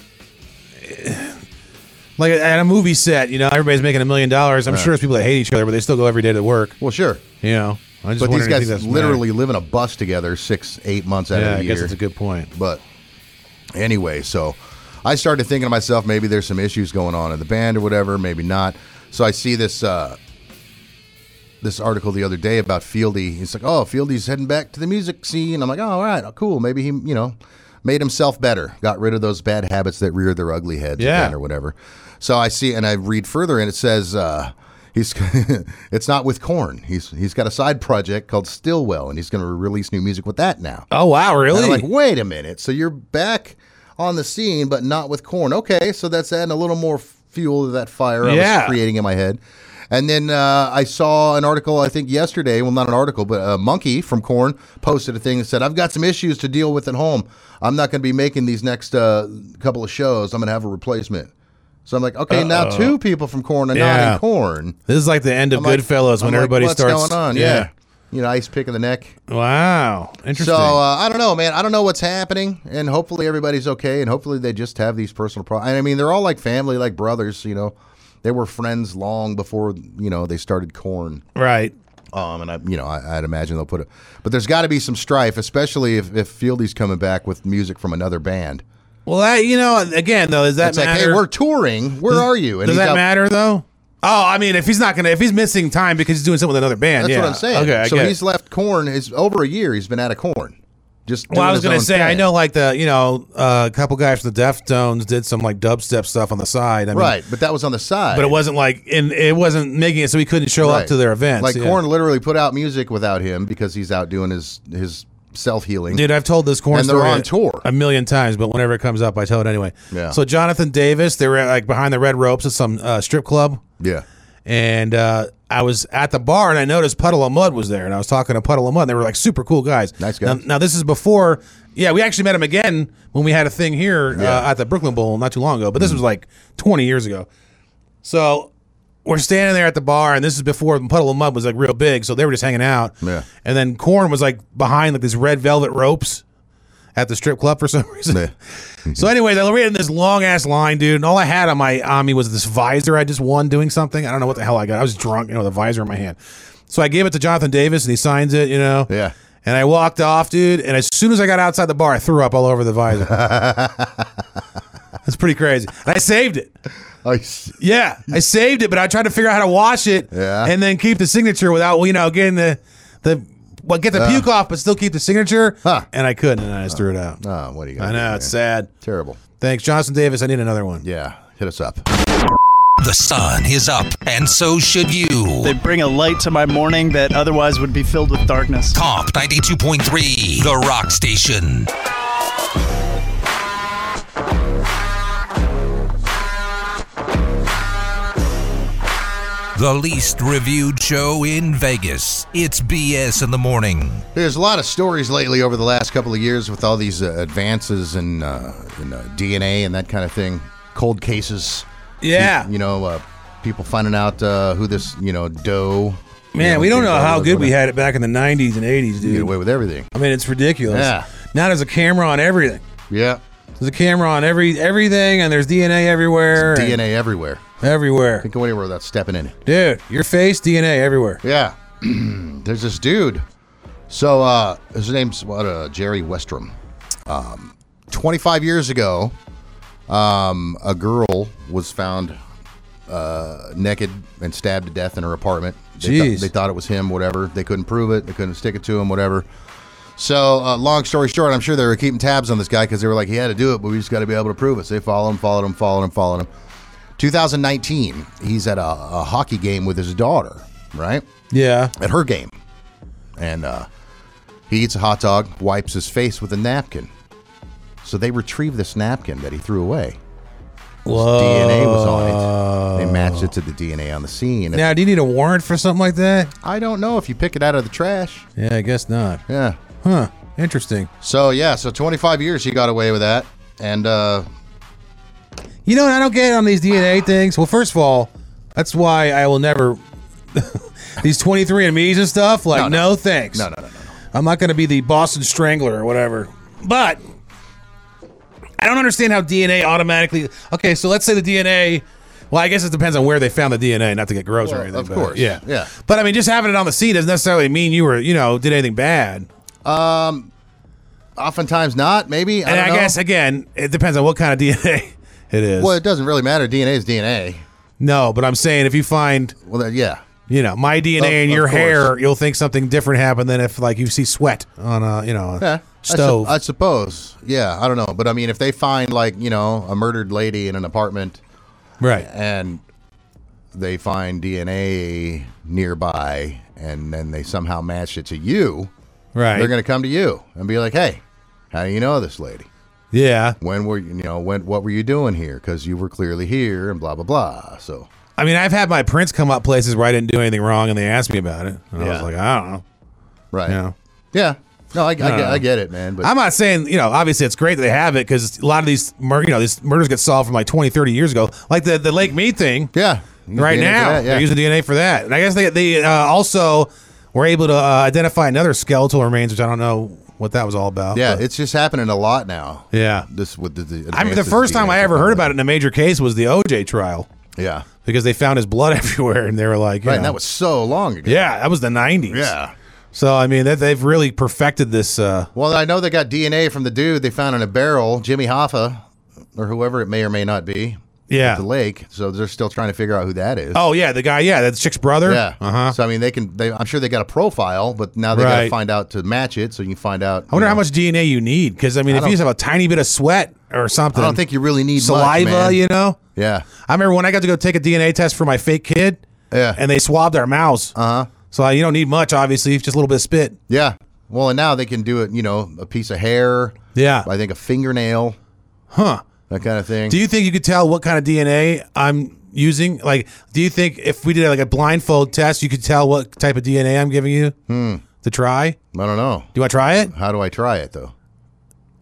Speaker 5: like at a movie set, you know, everybody's making a million dollars. I'm sure there's people that hate each other, but they still go every day to work.
Speaker 6: Well, sure,
Speaker 5: You know, I just
Speaker 6: but
Speaker 5: wondered if
Speaker 6: these
Speaker 5: you think
Speaker 6: guys
Speaker 5: that's
Speaker 6: literally live in a bus together six, eight months out
Speaker 5: matter.
Speaker 6: of
Speaker 5: Yeah,
Speaker 6: the
Speaker 5: I
Speaker 6: year.
Speaker 5: guess it's a good point.
Speaker 6: But anyway, so I started thinking to myself, maybe there's some issues going on in the band or whatever, maybe not. So I see this uh, this article the other day about Fieldy. He's like, oh, Fieldy's heading back to the music scene. I'm like, oh, all right, cool. Maybe he, you know, made himself better, got rid of those bad habits that reared their ugly heads
Speaker 5: Yeah.
Speaker 6: again or whatever. So I see, and I read further, and it says. Uh, He's it's not with Korn. He's he's got a side project called Stillwell, and he's going to release new music with that now.
Speaker 5: Oh wow, really?
Speaker 6: And I'm like, wait a minute. So you're back on the scene, but not with corn. Okay, so that's adding a little more fuel to that fire I
Speaker 5: Yeah.
Speaker 6: was creating in my head. And then uh, I saw an article, I think yesterday. Well, not an article, but a monkey from Corn posted a thing that said, "I've got some issues to deal with at home. I'm not going to be making these next uh, couple of shows. I'm going to have a replacement." So I'm like, okay, now two people from Corn are not
Speaker 5: Yeah.
Speaker 6: in Corn.
Speaker 5: This is like the end of
Speaker 6: I'm like-
Speaker 5: Goodfellas when
Speaker 6: I'm like,
Speaker 5: everybody
Speaker 6: What's
Speaker 5: starts.
Speaker 6: going on? Yeah. You know, ice pick in the neck.
Speaker 5: Wow. Interesting.
Speaker 6: So uh, I don't know, man. I don't know what's happening, and hopefully everybody's okay, and hopefully they just have these personal problems. I mean, they're all like family, like brothers. You know, they were friends long before you know they started corn.
Speaker 5: right.
Speaker 6: Um, and I, you know, I, I'd imagine they'll put it, but there's got to be some strife, especially if, if Fieldy's coming back with music from another band.
Speaker 5: Well, that, you know, again though, is that
Speaker 6: It's like,
Speaker 5: matter?
Speaker 6: hey, we're touring. Where are you?
Speaker 5: Does
Speaker 6: he's
Speaker 5: that
Speaker 6: out-
Speaker 5: matter though? Oh, I mean, if he's not gonna, if he's missing time because he's doing something with another band,
Speaker 6: That's
Speaker 5: yeah.
Speaker 6: what I'm saying.
Speaker 5: Okay, I
Speaker 6: so
Speaker 5: get it.
Speaker 6: he's left corn. It's over a year. He's been out of corn. Just
Speaker 5: Well, I was
Speaker 6: going
Speaker 5: gonna
Speaker 6: to
Speaker 5: say, I know like the you know uh, a couple guys from the Deftones did some like dubstep stuff on the side, I mean,
Speaker 6: Right, but that was on the side.
Speaker 5: But it wasn't like and it wasn't making it so he couldn't show
Speaker 6: Right.
Speaker 5: up to their events.
Speaker 6: Like
Speaker 5: yeah.
Speaker 6: Corn literally put out music without him because he's out doing his his self healing.
Speaker 5: Dude, I've told this corn
Speaker 6: And they're
Speaker 5: story
Speaker 6: on tour.
Speaker 5: a million times, but whenever it comes up, I tell it anyway.
Speaker 6: Yeah.
Speaker 5: So Jonathan Davis, they were like behind the red ropes at some uh, strip club,
Speaker 6: Yeah.
Speaker 5: and uh, I was at the bar and I noticed Puddle of Mud was there, and I was talking to Puddle of Mud. And they were like super cool guys.
Speaker 6: Nice guys.
Speaker 5: Now, now this is before. Yeah, we actually met him again when we had a thing here
Speaker 6: Yeah. Mm.
Speaker 5: uh, at the Brooklyn Bowl not too long ago, but this was like 20 years ago. So we're standing there at the bar, and this is before Puddle of Mud was like real big, so they were just hanging out.
Speaker 6: Yeah.
Speaker 5: And then Corn was like behind like these red velvet ropes at the strip club for some reason. So, anyways, I read in this long ass line, dude, and all I had on my on me was this visor I just won doing something. I don't know what the hell I got. I was drunk, you know, with a visor in my hand. So I gave it to Jonathan Davis, and he signs it, you know.
Speaker 6: Yeah.
Speaker 5: And I walked off, dude. And as soon as I got outside the bar, I threw up all over the visor. That's pretty crazy. And I saved it.
Speaker 6: I s-
Speaker 5: Yeah, I saved it, but I tried to figure out how to wash it.
Speaker 6: Yeah.
Speaker 5: And then keep the signature without, you know, getting the the well, get the puke off, but still keep the signature.
Speaker 6: Uh. Huh.
Speaker 5: And I couldn't, and I just threw it out.
Speaker 6: Ah, what are you?
Speaker 5: I
Speaker 6: Gonna do,
Speaker 5: know
Speaker 6: man?
Speaker 5: it's sad.
Speaker 6: terrible.
Speaker 5: Thanks, Johnson Davis. I need another one.
Speaker 6: Yeah, hit us up.
Speaker 1: The sun is up, and so should you.
Speaker 9: They bring a light to my morning that otherwise would be filled with darkness.
Speaker 1: Comp 92.3, The Rock Station. The least reviewed show in Vegas. It's BS in the morning.
Speaker 6: There's a lot of stories lately over the last couple of years with all these uh, advances in, uh, in uh, DNA and that kind of thing. Cold cases.
Speaker 5: Yeah.
Speaker 6: You, you know, uh, people finding out uh, who this you know doe.
Speaker 5: Man,
Speaker 6: you
Speaker 5: we don't know how good we
Speaker 6: whatever.
Speaker 5: had it back in the '90s and '80s,
Speaker 6: You Get
Speaker 5: dude.
Speaker 6: away with everything.
Speaker 5: I mean, it's ridiculous.
Speaker 6: Yeah.
Speaker 5: Now there's a camera on everything.
Speaker 6: Yeah.
Speaker 5: There's a camera on every everything, and there's DNA everywhere. and
Speaker 6: DNA everywhere.
Speaker 5: everywhere,
Speaker 6: Can't go anywhere without stepping in it.
Speaker 5: dude. Your face, DNA everywhere.
Speaker 6: Yeah. There's this dude. So uh, his name's what uh, Jerry Westrom. Um, 25 years ago, um, a girl was found uh, naked and stabbed to death in her apartment. They, thought-
Speaker 5: Jeez.
Speaker 6: they thought it was him, whatever. They couldn't prove it. They couldn't stick it to him, whatever. So, uh, long story short, I'm sure they were keeping tabs on this guy because they were like, he had to do it, but we just got to be able to prove it. So they followed him, followed him, followed him, followed him. 2019, he's at a, a hockey game with his daughter, right?
Speaker 5: Yeah.
Speaker 6: at her game, and uh, he eats a hot dog, wipes his face with a napkin. So they retrieve this napkin that he threw away.
Speaker 5: Whoa.
Speaker 6: DNA was on it. They matched it to the DNA on the scene.
Speaker 5: Now, do you need a warrant for something like that?
Speaker 6: I don't know if you pick it out of the trash.
Speaker 5: Yeah, I guess not.
Speaker 6: Yeah.
Speaker 5: Huh. Interesting.
Speaker 6: So yeah, so 25 years he got away with that, and uh,
Speaker 5: You know what I don't get on these DNA things? Well, first of all, that's why I will never these 23 andme's and stuff. Like, no,
Speaker 6: no.
Speaker 5: thanks.
Speaker 6: no, no, no, no.
Speaker 5: I'm not going to be the Boston Strangler or whatever. But I don't understand how DNA automatically. Okay, so let's say the DNA. Well, I guess it depends on where they found the DNA, not to get gross
Speaker 6: Well,
Speaker 5: or anything.
Speaker 6: of
Speaker 5: but-
Speaker 6: course.
Speaker 5: yeah,
Speaker 6: Yeah.
Speaker 5: But I mean, just having it on the scene doesn't necessarily mean you were, you know, did anything bad.
Speaker 6: Oftentimes not. Maybe. I
Speaker 5: And
Speaker 6: don't
Speaker 5: I,
Speaker 6: know.
Speaker 5: guess again, it depends on what kind of DNA it is.
Speaker 6: Well, it doesn't really matter. DNA is DNA.
Speaker 5: No, but I'm saying if you find
Speaker 6: Well, that, yeah.
Speaker 5: you know, my DNA
Speaker 6: Of-
Speaker 5: and
Speaker 6: of
Speaker 5: your
Speaker 6: course.
Speaker 5: hair, you'll think something different happened than if like you see sweat on a you know a
Speaker 6: Yeah. I sup-
Speaker 5: stove.
Speaker 6: I, suppose. Yeah, I don't know. But I mean, if they find, like, you know, a murdered lady in an apartment
Speaker 5: right.
Speaker 6: and they find DNA nearby and then they somehow match it to you,
Speaker 5: Right.
Speaker 6: they're going to come to you and be like, hey, how do you know this lady?
Speaker 5: yeah.
Speaker 6: When were you, you know, when, what were you doing here? Because you were clearly here and blah, blah, blah. So
Speaker 5: I mean, I've had my prints come up places where I didn't do anything wrong, and they asked me about it, and I was
Speaker 9: Yeah.
Speaker 5: like, I don't know.
Speaker 6: Right.
Speaker 5: You know,
Speaker 6: Yeah. No, I, I, get,
Speaker 5: no.
Speaker 6: I get it, man. But
Speaker 5: Uh, I'm not saying you know. Obviously, it's great that they have it because a lot of these, mur- you know, these murders get solved from like 20, 30 years ago, like the the Lake Mead thing.
Speaker 6: yeah, You
Speaker 5: right
Speaker 6: get into
Speaker 5: now
Speaker 6: that,
Speaker 5: they're using DNA for that. And I guess they they uh, also were able to uh, identify another skeletal remains, which I don't know what that was all about.
Speaker 6: yeah,
Speaker 5: but-
Speaker 6: it's just happening a lot now.
Speaker 5: yeah.
Speaker 6: This with the, the
Speaker 5: I mean, the first time I ever heard about it in a major case was the OJ trial
Speaker 6: Yeah.
Speaker 5: because they found his blood everywhere, and they were like, you
Speaker 6: Right,
Speaker 5: know-
Speaker 6: and that was so long ago.
Speaker 5: yeah, that was the '90s.
Speaker 6: Yeah.
Speaker 5: So I mean, that they've really perfected this. Uh,
Speaker 6: Well, I know they got DNA from the dude they found in a barrel, Jimmy Hoffa, or whoever it may or may not be,
Speaker 5: yeah.
Speaker 6: at the lake. So they're still trying to figure out who that is.
Speaker 5: Oh yeah, the guy. Yeah, that's chick's brother.
Speaker 6: yeah.
Speaker 5: Uh huh.
Speaker 6: So I mean, they can. They, I'm sure they got a profile, but now they got to
Speaker 5: Right.
Speaker 6: find out to match it, so you can find out.
Speaker 5: I wonder
Speaker 6: you
Speaker 5: how
Speaker 6: know.
Speaker 5: much DNA you need because I mean,
Speaker 6: I
Speaker 5: if you
Speaker 6: don't-
Speaker 5: just have a tiny bit of sweat or something,
Speaker 6: I don't think you really need much,
Speaker 5: saliva.
Speaker 6: man.
Speaker 5: you know.
Speaker 6: Yeah.
Speaker 5: I remember when I got to go take a DNA test for my fake kid.
Speaker 6: Yeah. Uh-huh.
Speaker 5: And they swabbed our mouths. Uh huh. So uh, you don't need much, obviously, just a little bit of spit.
Speaker 6: Yeah. Well, and now they can do it. You know, a piece of hair.
Speaker 5: Yeah.
Speaker 6: I think a fingernail.
Speaker 5: Uh. Huh.
Speaker 6: That kind of thing.
Speaker 5: Do you think you could tell what kind of DNA I'm using? Like, do you think if we did like a blindfold test, you could tell what type of DNA I'm giving you
Speaker 6: Hmm.
Speaker 5: to try? Do
Speaker 6: I don't know.
Speaker 5: you want to try it?
Speaker 6: How do I try it though?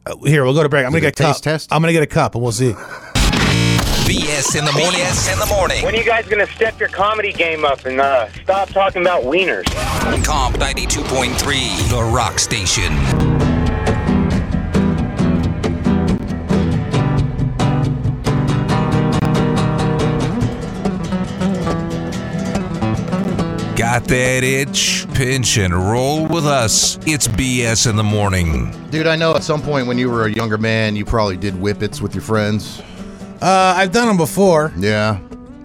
Speaker 5: Uh, Here, we'll go to break. I'm gonna
Speaker 6: Is
Speaker 5: get
Speaker 6: it
Speaker 5: a
Speaker 6: a
Speaker 5: cup.
Speaker 6: taste test?
Speaker 5: I'm gonna get a cup, and we'll see. Uh,
Speaker 1: BS in the morning. BS in the morning.
Speaker 8: When are you guys gonna step your comedy game up and uh, stop talking about wieners?
Speaker 1: Comp 92.3, The Rock Station. Got that itch? Pinch and roll with us. It's BS in the morning.
Speaker 6: Dude, I know at some point when you were a younger man, you probably did whippets with your friends.
Speaker 5: Uh, I've done them before.
Speaker 6: Yeah.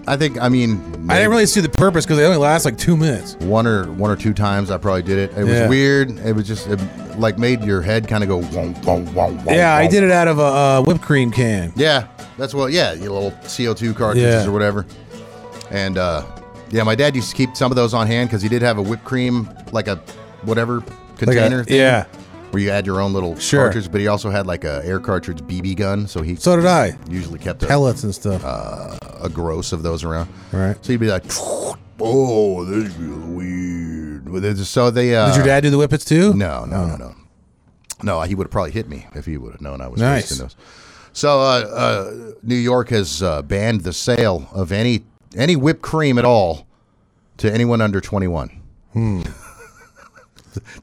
Speaker 6: I think I mean
Speaker 5: I
Speaker 6: maybe
Speaker 5: didn't really see the purpose because they only last like two minutes.
Speaker 6: one or one or two times I probably did it. It was
Speaker 5: Yeah.
Speaker 6: weird. It was just it, like made your head kind of go wonk, wonk, wonk, wonk,
Speaker 5: Yeah, I
Speaker 6: wonk.
Speaker 5: did it out of a uh, whipped cream can.
Speaker 6: Yeah, that's what. Yeah, your little CO2 cartridges
Speaker 5: Yeah.
Speaker 6: or whatever. And uh, yeah, my dad used to keep some of those on hand because he did have a whipped cream, like a whatever
Speaker 5: Like a-
Speaker 6: container. thing
Speaker 5: yeah.
Speaker 6: Where you add your own little
Speaker 5: Sure.
Speaker 6: cartridge, but he also had like a air cartridge BB gun, so he
Speaker 5: So did I.
Speaker 6: usually kept a,
Speaker 5: Pellets and stuff.
Speaker 6: Uh, a gross of those around.
Speaker 5: Right.
Speaker 6: So you'd be like, oh, this is weird. But it's- So they. Uh,
Speaker 5: Did your dad do the whippets too?
Speaker 6: No, no, no, no. No, he would have probably hit me if he would have known I was
Speaker 5: Nice.
Speaker 6: wasting those. So uh, uh, New York has uh, banned the sale of any any whipped cream at all to anyone under 21.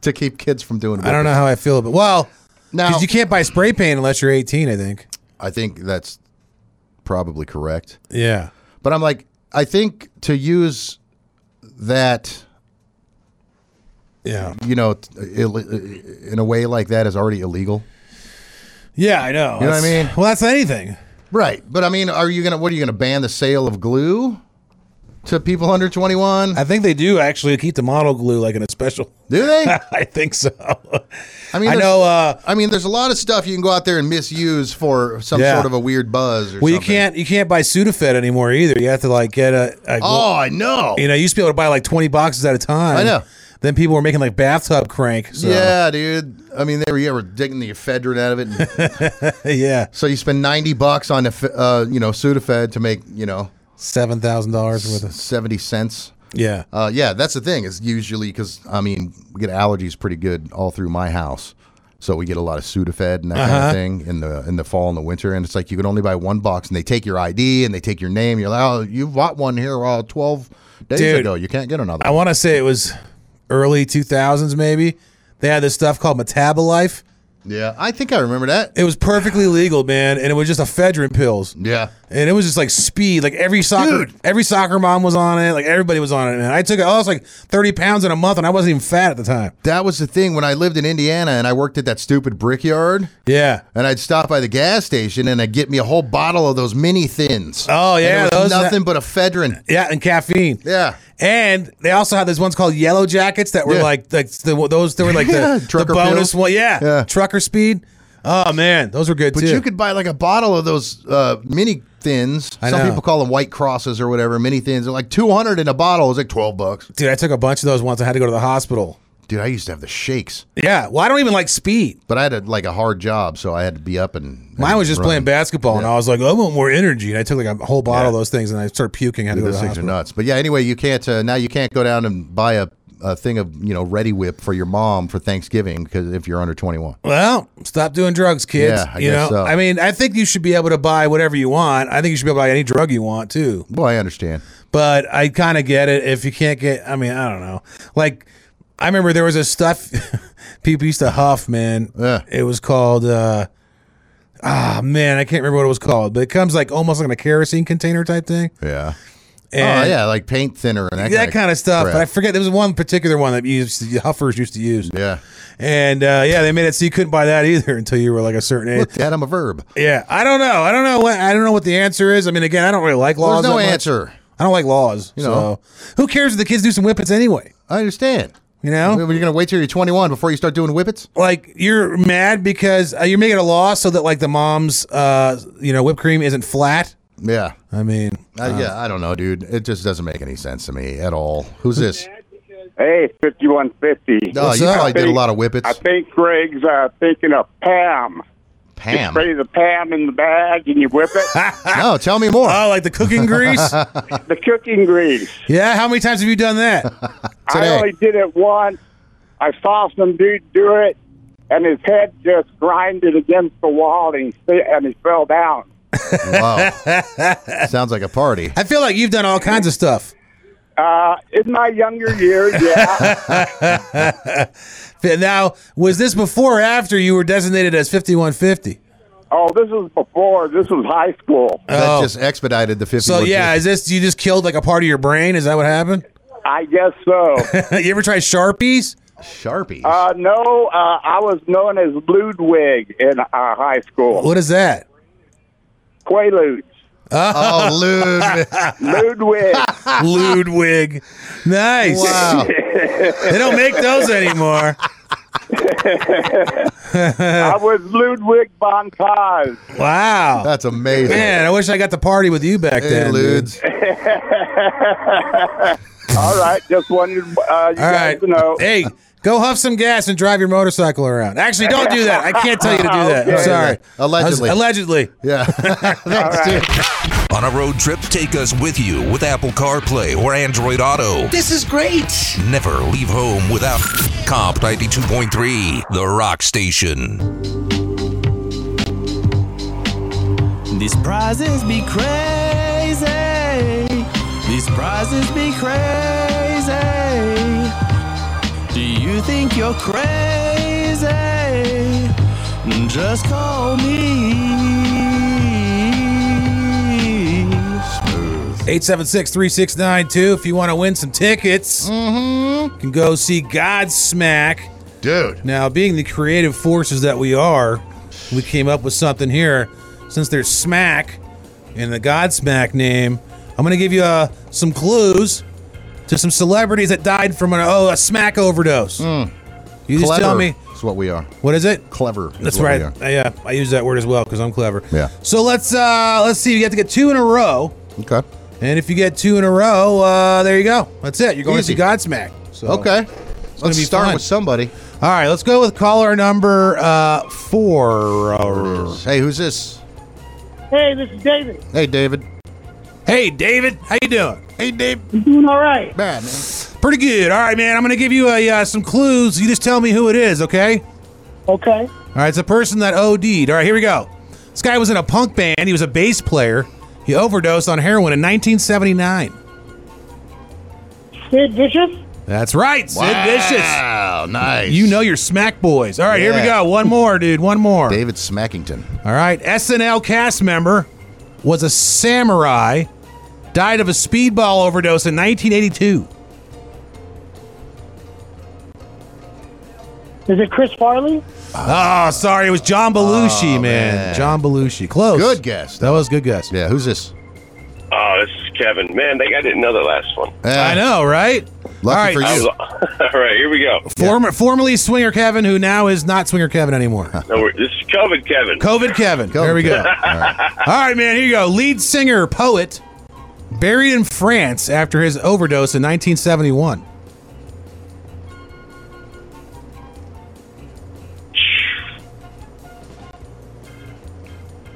Speaker 6: to keep kids from doing
Speaker 5: Hmm. I don't know how I feel, but well,
Speaker 6: Now-
Speaker 5: because you can't buy spray paint unless you're 18, I think.
Speaker 6: I think that's probably correct.
Speaker 5: Yeah.
Speaker 6: But I'm like, I think to use that,
Speaker 5: Yeah.
Speaker 6: you know, t- uh, Ill- uh, in a way like that is already illegal.
Speaker 5: Yeah, I know.
Speaker 6: You know what I
Speaker 5: That's-
Speaker 6: mean?
Speaker 5: Well, that's anything.
Speaker 6: Right, but I mean, are you gonna? What are you gonna ban the sale of glue to people under twenty one?
Speaker 5: I think they do actually keep the model glue like in a special.
Speaker 6: Do they?
Speaker 5: I think so.
Speaker 6: I mean,
Speaker 5: I
Speaker 6: there's-
Speaker 5: know. Uh,
Speaker 6: I mean, there's a lot of stuff you can go out there and misuse for some
Speaker 5: Yeah.
Speaker 6: sort of a weird buzz. Or
Speaker 5: well, you
Speaker 6: something.
Speaker 5: can't you can't buy Sudafed anymore either. You have to like get a. a
Speaker 6: Oh, I know.
Speaker 5: You know, you used to be able to buy like 20 boxes at a time.
Speaker 6: I know.
Speaker 5: Then people were making like bathtub crank. So,
Speaker 6: Yeah, dude. I mean, they were, you were digging the ephedrine out of it. and-
Speaker 5: yeah.
Speaker 6: so you spend ninety bucks on, eph- uh, you know, Sudafed to make, you know,
Speaker 5: Seven thousand dollars worth of
Speaker 6: seventy cents.
Speaker 5: yeah.
Speaker 6: Uh, yeah, that's the thing. Is usually because I mean we get allergies pretty good all through my house, so we get a lot of Sudafed and that kind of
Speaker 5: Uh-huh.
Speaker 6: thing in the in the fall and the winter. And it's like you can only buy one box, and they take your ID and they take your name. You're like, oh, you bought one here uh, twelve days
Speaker 5: Dude,
Speaker 6: ago. You can't get another.
Speaker 5: I
Speaker 6: one.
Speaker 5: want to say it was early 2000s maybe. They had this stuff called Metabolife.
Speaker 6: yeah, I think I remember that.
Speaker 5: It was perfectly legal, man, and it was just ephedrine pills.
Speaker 6: Yeah,
Speaker 5: And it was just like speed. Like every soccer,
Speaker 6: Dude.
Speaker 5: every soccer mom was on it. Like everybody was on it, man. I took it. I was like 30 pounds in a month, and I wasn't even fat at the time.
Speaker 6: that was the thing when I lived in Indiana and I worked at that stupid brickyard.
Speaker 5: Yeah.
Speaker 6: And I'd stop by the gas station and I'd get me a whole bottle of those mini thins.
Speaker 5: Oh,
Speaker 6: And it
Speaker 5: yeah,
Speaker 6: was
Speaker 5: those-
Speaker 6: nothing but ephedrine.
Speaker 5: Yeah, and caffeine.
Speaker 6: Yeah.
Speaker 5: And they also had these ones called Yellow Jackets that were
Speaker 6: Yeah.
Speaker 5: like like the, those. They were like
Speaker 6: Yeah,
Speaker 5: the, the
Speaker 6: trucker
Speaker 5: bonus
Speaker 6: pills.
Speaker 5: one. Yeah.
Speaker 6: Yeah.
Speaker 5: trucker speed. Oh man, those were good
Speaker 6: But
Speaker 5: too.
Speaker 6: you could buy like a bottle of those uh, mini thins.
Speaker 5: I
Speaker 6: Some
Speaker 5: know.
Speaker 6: people call them white crosses or whatever. Mini thins. They're like two hundred in a bottle. It's like twelve bucks.
Speaker 5: dude. I took a bunch of those once. I had to go to the hospital.
Speaker 6: Dude, I used to have the shakes,
Speaker 5: Yeah. Well, I don't even like speed.
Speaker 6: but I had a, like a hard job, so I had to be up and
Speaker 5: Mine was just
Speaker 6: running.
Speaker 5: playing basketball, and I was like, I want more energy. And I took like a whole bottle of those things, and I started puking. I had to
Speaker 6: Dude,
Speaker 5: go to
Speaker 6: those
Speaker 5: the
Speaker 6: things are
Speaker 5: hospital.
Speaker 6: nuts. But yeah, anyway, you can't uh, now you can't go down and buy a, a thing of you know Ready Whip for your mom for Thanksgiving because if you're under 21.
Speaker 5: Well, stop doing drugs, kids.
Speaker 6: Yeah, I
Speaker 5: you
Speaker 6: guess
Speaker 5: know,
Speaker 6: so.
Speaker 5: I mean, I think you should be able to buy whatever you want. I think you should be able to buy any drug you want too.
Speaker 6: Well, I understand.
Speaker 5: But I kind of get it if you can't get. I mean, I don't know. Like, I remember there was a stuff people used to huff, man.
Speaker 6: Yeah.
Speaker 5: It was called. uh Ah man, I can't remember what it was called, but it comes like almost like in a kerosene container type thing.
Speaker 6: Yeah.
Speaker 5: And
Speaker 6: oh yeah, like paint thinner and that,
Speaker 5: that kind of stuff. But I
Speaker 6: crap.
Speaker 5: forget there was one particular one that used the huffers used to use,
Speaker 6: yeah.
Speaker 5: and uh, yeah, they made it so you couldn't buy that either until you were like a certain age.
Speaker 6: Look, Dad, I'm a verb.
Speaker 5: Yeah, I don't know. I don't know what I don't know what the answer is. I mean, again, I don't really like laws.
Speaker 6: There's no
Speaker 5: that much.
Speaker 6: answer.
Speaker 5: I don't like laws.
Speaker 6: You know.
Speaker 5: so who cares if the kids do some whippets anyway?
Speaker 6: I understand.
Speaker 5: You know,
Speaker 6: You're gonna wait till you're 21 before you start doing whippets.
Speaker 5: like you're mad because uh, you're making a law so that like the mom's uh you know whipped cream isn't flat.
Speaker 6: Yeah.
Speaker 5: I mean,
Speaker 6: I, yeah. I don't know, dude. It just doesn't make any sense to me at all. Who's this?
Speaker 10: Hey, 5150.
Speaker 6: Oh,
Speaker 5: What's
Speaker 6: you
Speaker 5: up?
Speaker 6: probably did a lot of whippets.
Speaker 10: I think Greg's uh, thinking of Pam. You
Speaker 6: Pam.
Speaker 10: spray the Pam in the bag and you whip it.
Speaker 6: No, tell me more.
Speaker 5: oh, like the cooking grease.
Speaker 10: the cooking grease.
Speaker 5: Yeah, how many times have you done that?
Speaker 10: I
Speaker 6: Today.
Speaker 10: only did it once. I saw some dude do it, and his head just grinded against the wall, and he sta- and he fell down.
Speaker 6: Wow. Sounds like a party.
Speaker 5: I feel like you've done all kinds of stuff.
Speaker 10: Uh, in my younger years, yeah,
Speaker 5: Now, was this before or after you were designated as 5150?
Speaker 10: Oh, this was before. This was high school.
Speaker 5: Oh.
Speaker 6: That just expedited the 50.
Speaker 5: So yeah, is this you just killed like a part of your brain? Is that what happened?
Speaker 10: I guess so.
Speaker 5: you ever try sharpies?
Speaker 6: Sharpie.
Speaker 10: Uh, no, uh, I was known as Ludwig in uh, high school.
Speaker 5: What is that?
Speaker 10: Quaaludes.
Speaker 6: oh, Lud.
Speaker 10: Ludwig.
Speaker 5: Ludwig. Nice.
Speaker 6: Wow.
Speaker 5: They don't make those anymore.
Speaker 10: I was Ludwig von Taz.
Speaker 5: Wow.
Speaker 6: That's amazing.
Speaker 5: Man, I wish I got to party with you back
Speaker 6: Hey,
Speaker 5: then. dude.
Speaker 6: Ludes.
Speaker 10: All right, just wanted uh, you
Speaker 5: All
Speaker 10: guys
Speaker 5: right.
Speaker 10: to know.
Speaker 5: Hey, go huff some gas and drive your motorcycle around. Actually, don't do that. I can't tell you to do that. I'm
Speaker 10: Okay.
Speaker 5: sorry.
Speaker 6: Allegedly.
Speaker 5: I was- allegedly.
Speaker 6: Yeah. Thanks, dude.
Speaker 1: On a road trip, take us with you with Apple CarPlay or Android Auto. This is great. Never leave home without Comp 92.3, The Rock Station.
Speaker 9: These prizes be crazy. These prizes be crazy. Do you think you're crazy? Just call me.
Speaker 5: 876 3692. If you want to win some tickets,
Speaker 6: Mm-hmm.
Speaker 5: you can go see Godsmack.
Speaker 6: Dude.
Speaker 5: Now, being the creative forces that we are, we came up with something here. Since there's smack in the Godsmack name, I'm going to give you uh, some clues to some celebrities that died from an, oh, a smack overdose. You just
Speaker 6: Hmm. Clever.
Speaker 5: tell me.
Speaker 6: That's what we are.
Speaker 5: What is it?
Speaker 6: Clever. is
Speaker 5: That's
Speaker 6: what
Speaker 5: right.
Speaker 6: we are.
Speaker 5: I, yeah, I use that word as well because I'm clever.
Speaker 6: Yeah.
Speaker 5: So let's uh let's see. You have to get two in a row,
Speaker 6: Okay.
Speaker 5: and if you get two in a row, uh there you go. That's it. You're going
Speaker 6: Easy.
Speaker 5: to see Godsmack. So.
Speaker 6: Okay. Let's
Speaker 5: be
Speaker 6: start
Speaker 5: fun.
Speaker 6: with somebody.
Speaker 5: All right, let's go with caller number uh, four.
Speaker 6: Hey, who's this?
Speaker 11: Hey, this is David.
Speaker 6: Hey, David.
Speaker 5: Hey, David, how you doing? Hey, Dave.
Speaker 11: Doing all right.
Speaker 6: Man,
Speaker 5: Pretty good. All right, man. I'm gonna give you a, uh, some clues. You just tell me who it is, okay?
Speaker 11: Okay.
Speaker 5: All right, it's a person that OD'd. All right, here we go. This guy was in a punk band. He was a bass player. He overdosed on heroin in 1979.
Speaker 11: Sid Vicious.
Speaker 5: That's right, Sid Vicious.
Speaker 6: Wow, Oh, nice.
Speaker 5: You know your smack boys. All right, here we
Speaker 6: Yeah.
Speaker 5: go. One more, dude. One more.
Speaker 6: David Smackington.
Speaker 5: All right, SNL cast member was a samurai, died of a speedball overdose in 1982.
Speaker 11: Is it Chris Farley?
Speaker 5: Oh, sorry, it was John Belushi, man.
Speaker 6: Oh, man.
Speaker 5: John Belushi, close.
Speaker 6: Good guess.
Speaker 5: That was a good guess.
Speaker 6: Yeah, who's this?
Speaker 10: Oh, this is Kevin. Man, they, I didn't know the last one.
Speaker 6: Uh,
Speaker 5: I know, right?
Speaker 6: Lucky
Speaker 5: All right,
Speaker 6: for you.
Speaker 10: All right, here we go.
Speaker 5: Former, formerly Swinger Kevin, who now is not Swinger Kevin anymore.
Speaker 10: No, we're, this is COVID, Kevin.
Speaker 5: COVID Kevin.
Speaker 6: Go.
Speaker 5: There we go.
Speaker 6: All right.
Speaker 5: All right, man, here you go. Lead singer, poet, buried in France after his overdose in 1971.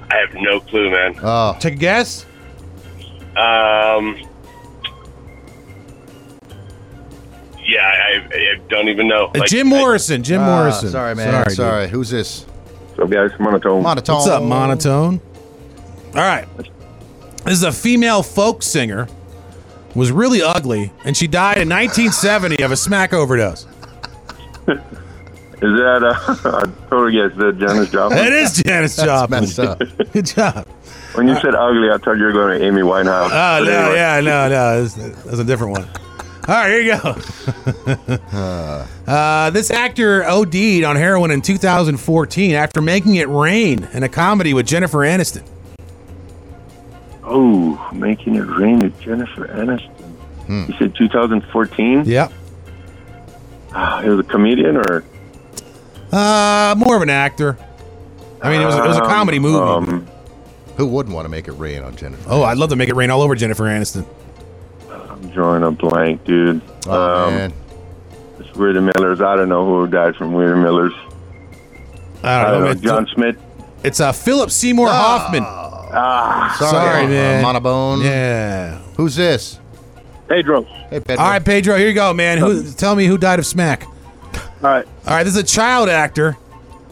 Speaker 12: have no clue, man.
Speaker 13: Uh,
Speaker 6: Oh.
Speaker 5: Take a guess.
Speaker 12: Um, yeah, I, I don't even know.
Speaker 5: Uh, Jim Morrison. Jim
Speaker 6: Ah,
Speaker 5: Morrison.
Speaker 6: Sorry, man. Sorry.
Speaker 5: dude.
Speaker 6: Who's this?
Speaker 13: So, guys, monotone.
Speaker 6: Monotone.
Speaker 5: What's up, monotone? All right. This is a female folk singer. Was really ugly, and she died in 1970 of a smack overdose.
Speaker 13: Is that, uh, I totally guess that Janis Joplin?
Speaker 5: It is Janis Joplin. Good job.
Speaker 13: When you said ugly, I thought you were going to Amy Winehouse.
Speaker 5: Oh,
Speaker 13: But
Speaker 5: no,
Speaker 13: anyway.
Speaker 5: yeah, no, no. That's, that's a different one. All right, here you go. uh, this actor OD'd on heroin in 2014 after making it rain in a comedy with Jennifer Aniston.
Speaker 13: Oh, making it rain with Jennifer Aniston.
Speaker 5: Hmm.
Speaker 13: You said 2014?
Speaker 5: Yeah.
Speaker 13: It was a comedian or?
Speaker 5: Uh, more of an actor. I mean, it was, it was a comedy movie.
Speaker 13: Um,
Speaker 6: Who wouldn't want to make it rain on Jennifer?
Speaker 5: oh, I'd love to make it rain all over Jennifer Aniston.
Speaker 13: I'm drawing a blank, dude.
Speaker 6: Oh,
Speaker 13: um,
Speaker 6: man.
Speaker 13: It's Weird Millers. I don't know who died from Weird Millers. Uh,
Speaker 5: I don't know.
Speaker 13: John Smith.
Speaker 5: It's uh, Philip Seymour Hoffman.
Speaker 13: Ah,
Speaker 5: sorry, man.
Speaker 6: uh, Monobone.
Speaker 5: Yeah.
Speaker 6: Who's this?
Speaker 13: Pedro.
Speaker 6: Hey, Pedro.
Speaker 5: All right, Pedro, here you go, man. Who, tell me who died of smack.
Speaker 13: All right.
Speaker 5: All right, this is a child actor.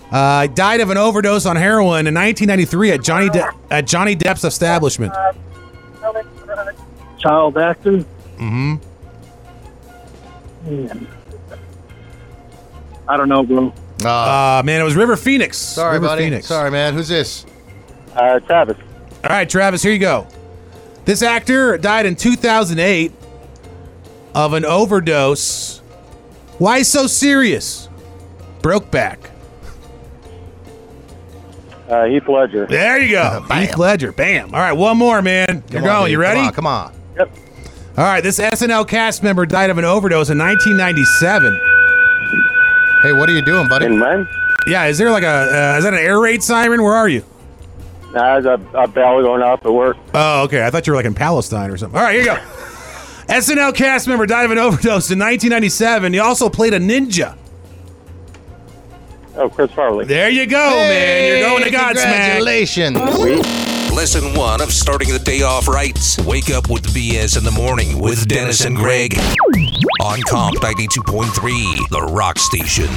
Speaker 5: Uh, died of an overdose on heroin in 1993 at Johnny De- at Johnny Depp's establishment.
Speaker 11: Child actor.
Speaker 5: Mm-hmm.
Speaker 11: I don't know, bro.
Speaker 5: Uh, man, it was River Phoenix.
Speaker 6: Sorry,
Speaker 5: River
Speaker 6: buddy.
Speaker 5: Phoenix.
Speaker 6: Sorry, man. Who's this?
Speaker 11: Uh, Travis.
Speaker 5: All right, Travis, here you go. This actor died in 2008 of an overdose. Why so serious? Brokeback.
Speaker 11: Uh, Heath Ledger.
Speaker 5: There you go. Heath Ledger. Bam. All right, one more, man. You're
Speaker 6: Come on,
Speaker 5: going.
Speaker 6: dude.
Speaker 5: you ready?
Speaker 6: Come on, come on.
Speaker 5: All right, this SNL cast member died of an overdose in 1997.
Speaker 6: Hey, what are you doing, buddy?
Speaker 5: In
Speaker 11: mine?
Speaker 5: Yeah, is there like a uh, is that an air raid siren? Where are you?
Speaker 11: Nah, there's a, a bell going off at work.
Speaker 5: Oh, okay. I thought you were like in Palestine or something. All right, here you go. SNL cast member died of an overdose in 1997. He also played a ninja.
Speaker 11: Oh, Chris Farley.
Speaker 5: There you go, Oh, man. You're going to Godsmack.
Speaker 6: Congratulations.
Speaker 1: Lesson one of starting the day off right. Wake up with the BS in the morning with Dennis and Greg on Comp 92.3, The Rock Station.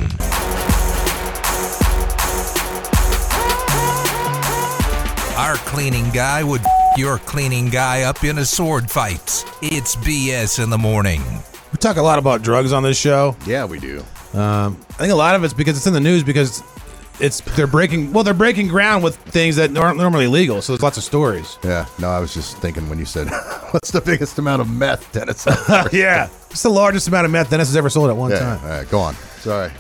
Speaker 1: Our cleaning guy would your cleaning guy up in a sword fight. It's BS in the morning.
Speaker 5: We talk a lot about drugs on this show.
Speaker 6: Yeah, we do.
Speaker 5: Um, I think a lot of it's because it's in the news because it's they're breaking well they're breaking ground with things that aren't normally legal. So there's lots of stories.
Speaker 6: Yeah. No, I was just thinking when you said, "What's the biggest amount of meth, Dennis?"
Speaker 5: yeah, it's the largest amount of meth Dennis has ever sold at one
Speaker 6: Yeah.
Speaker 5: time.
Speaker 6: All right, go on. Sorry.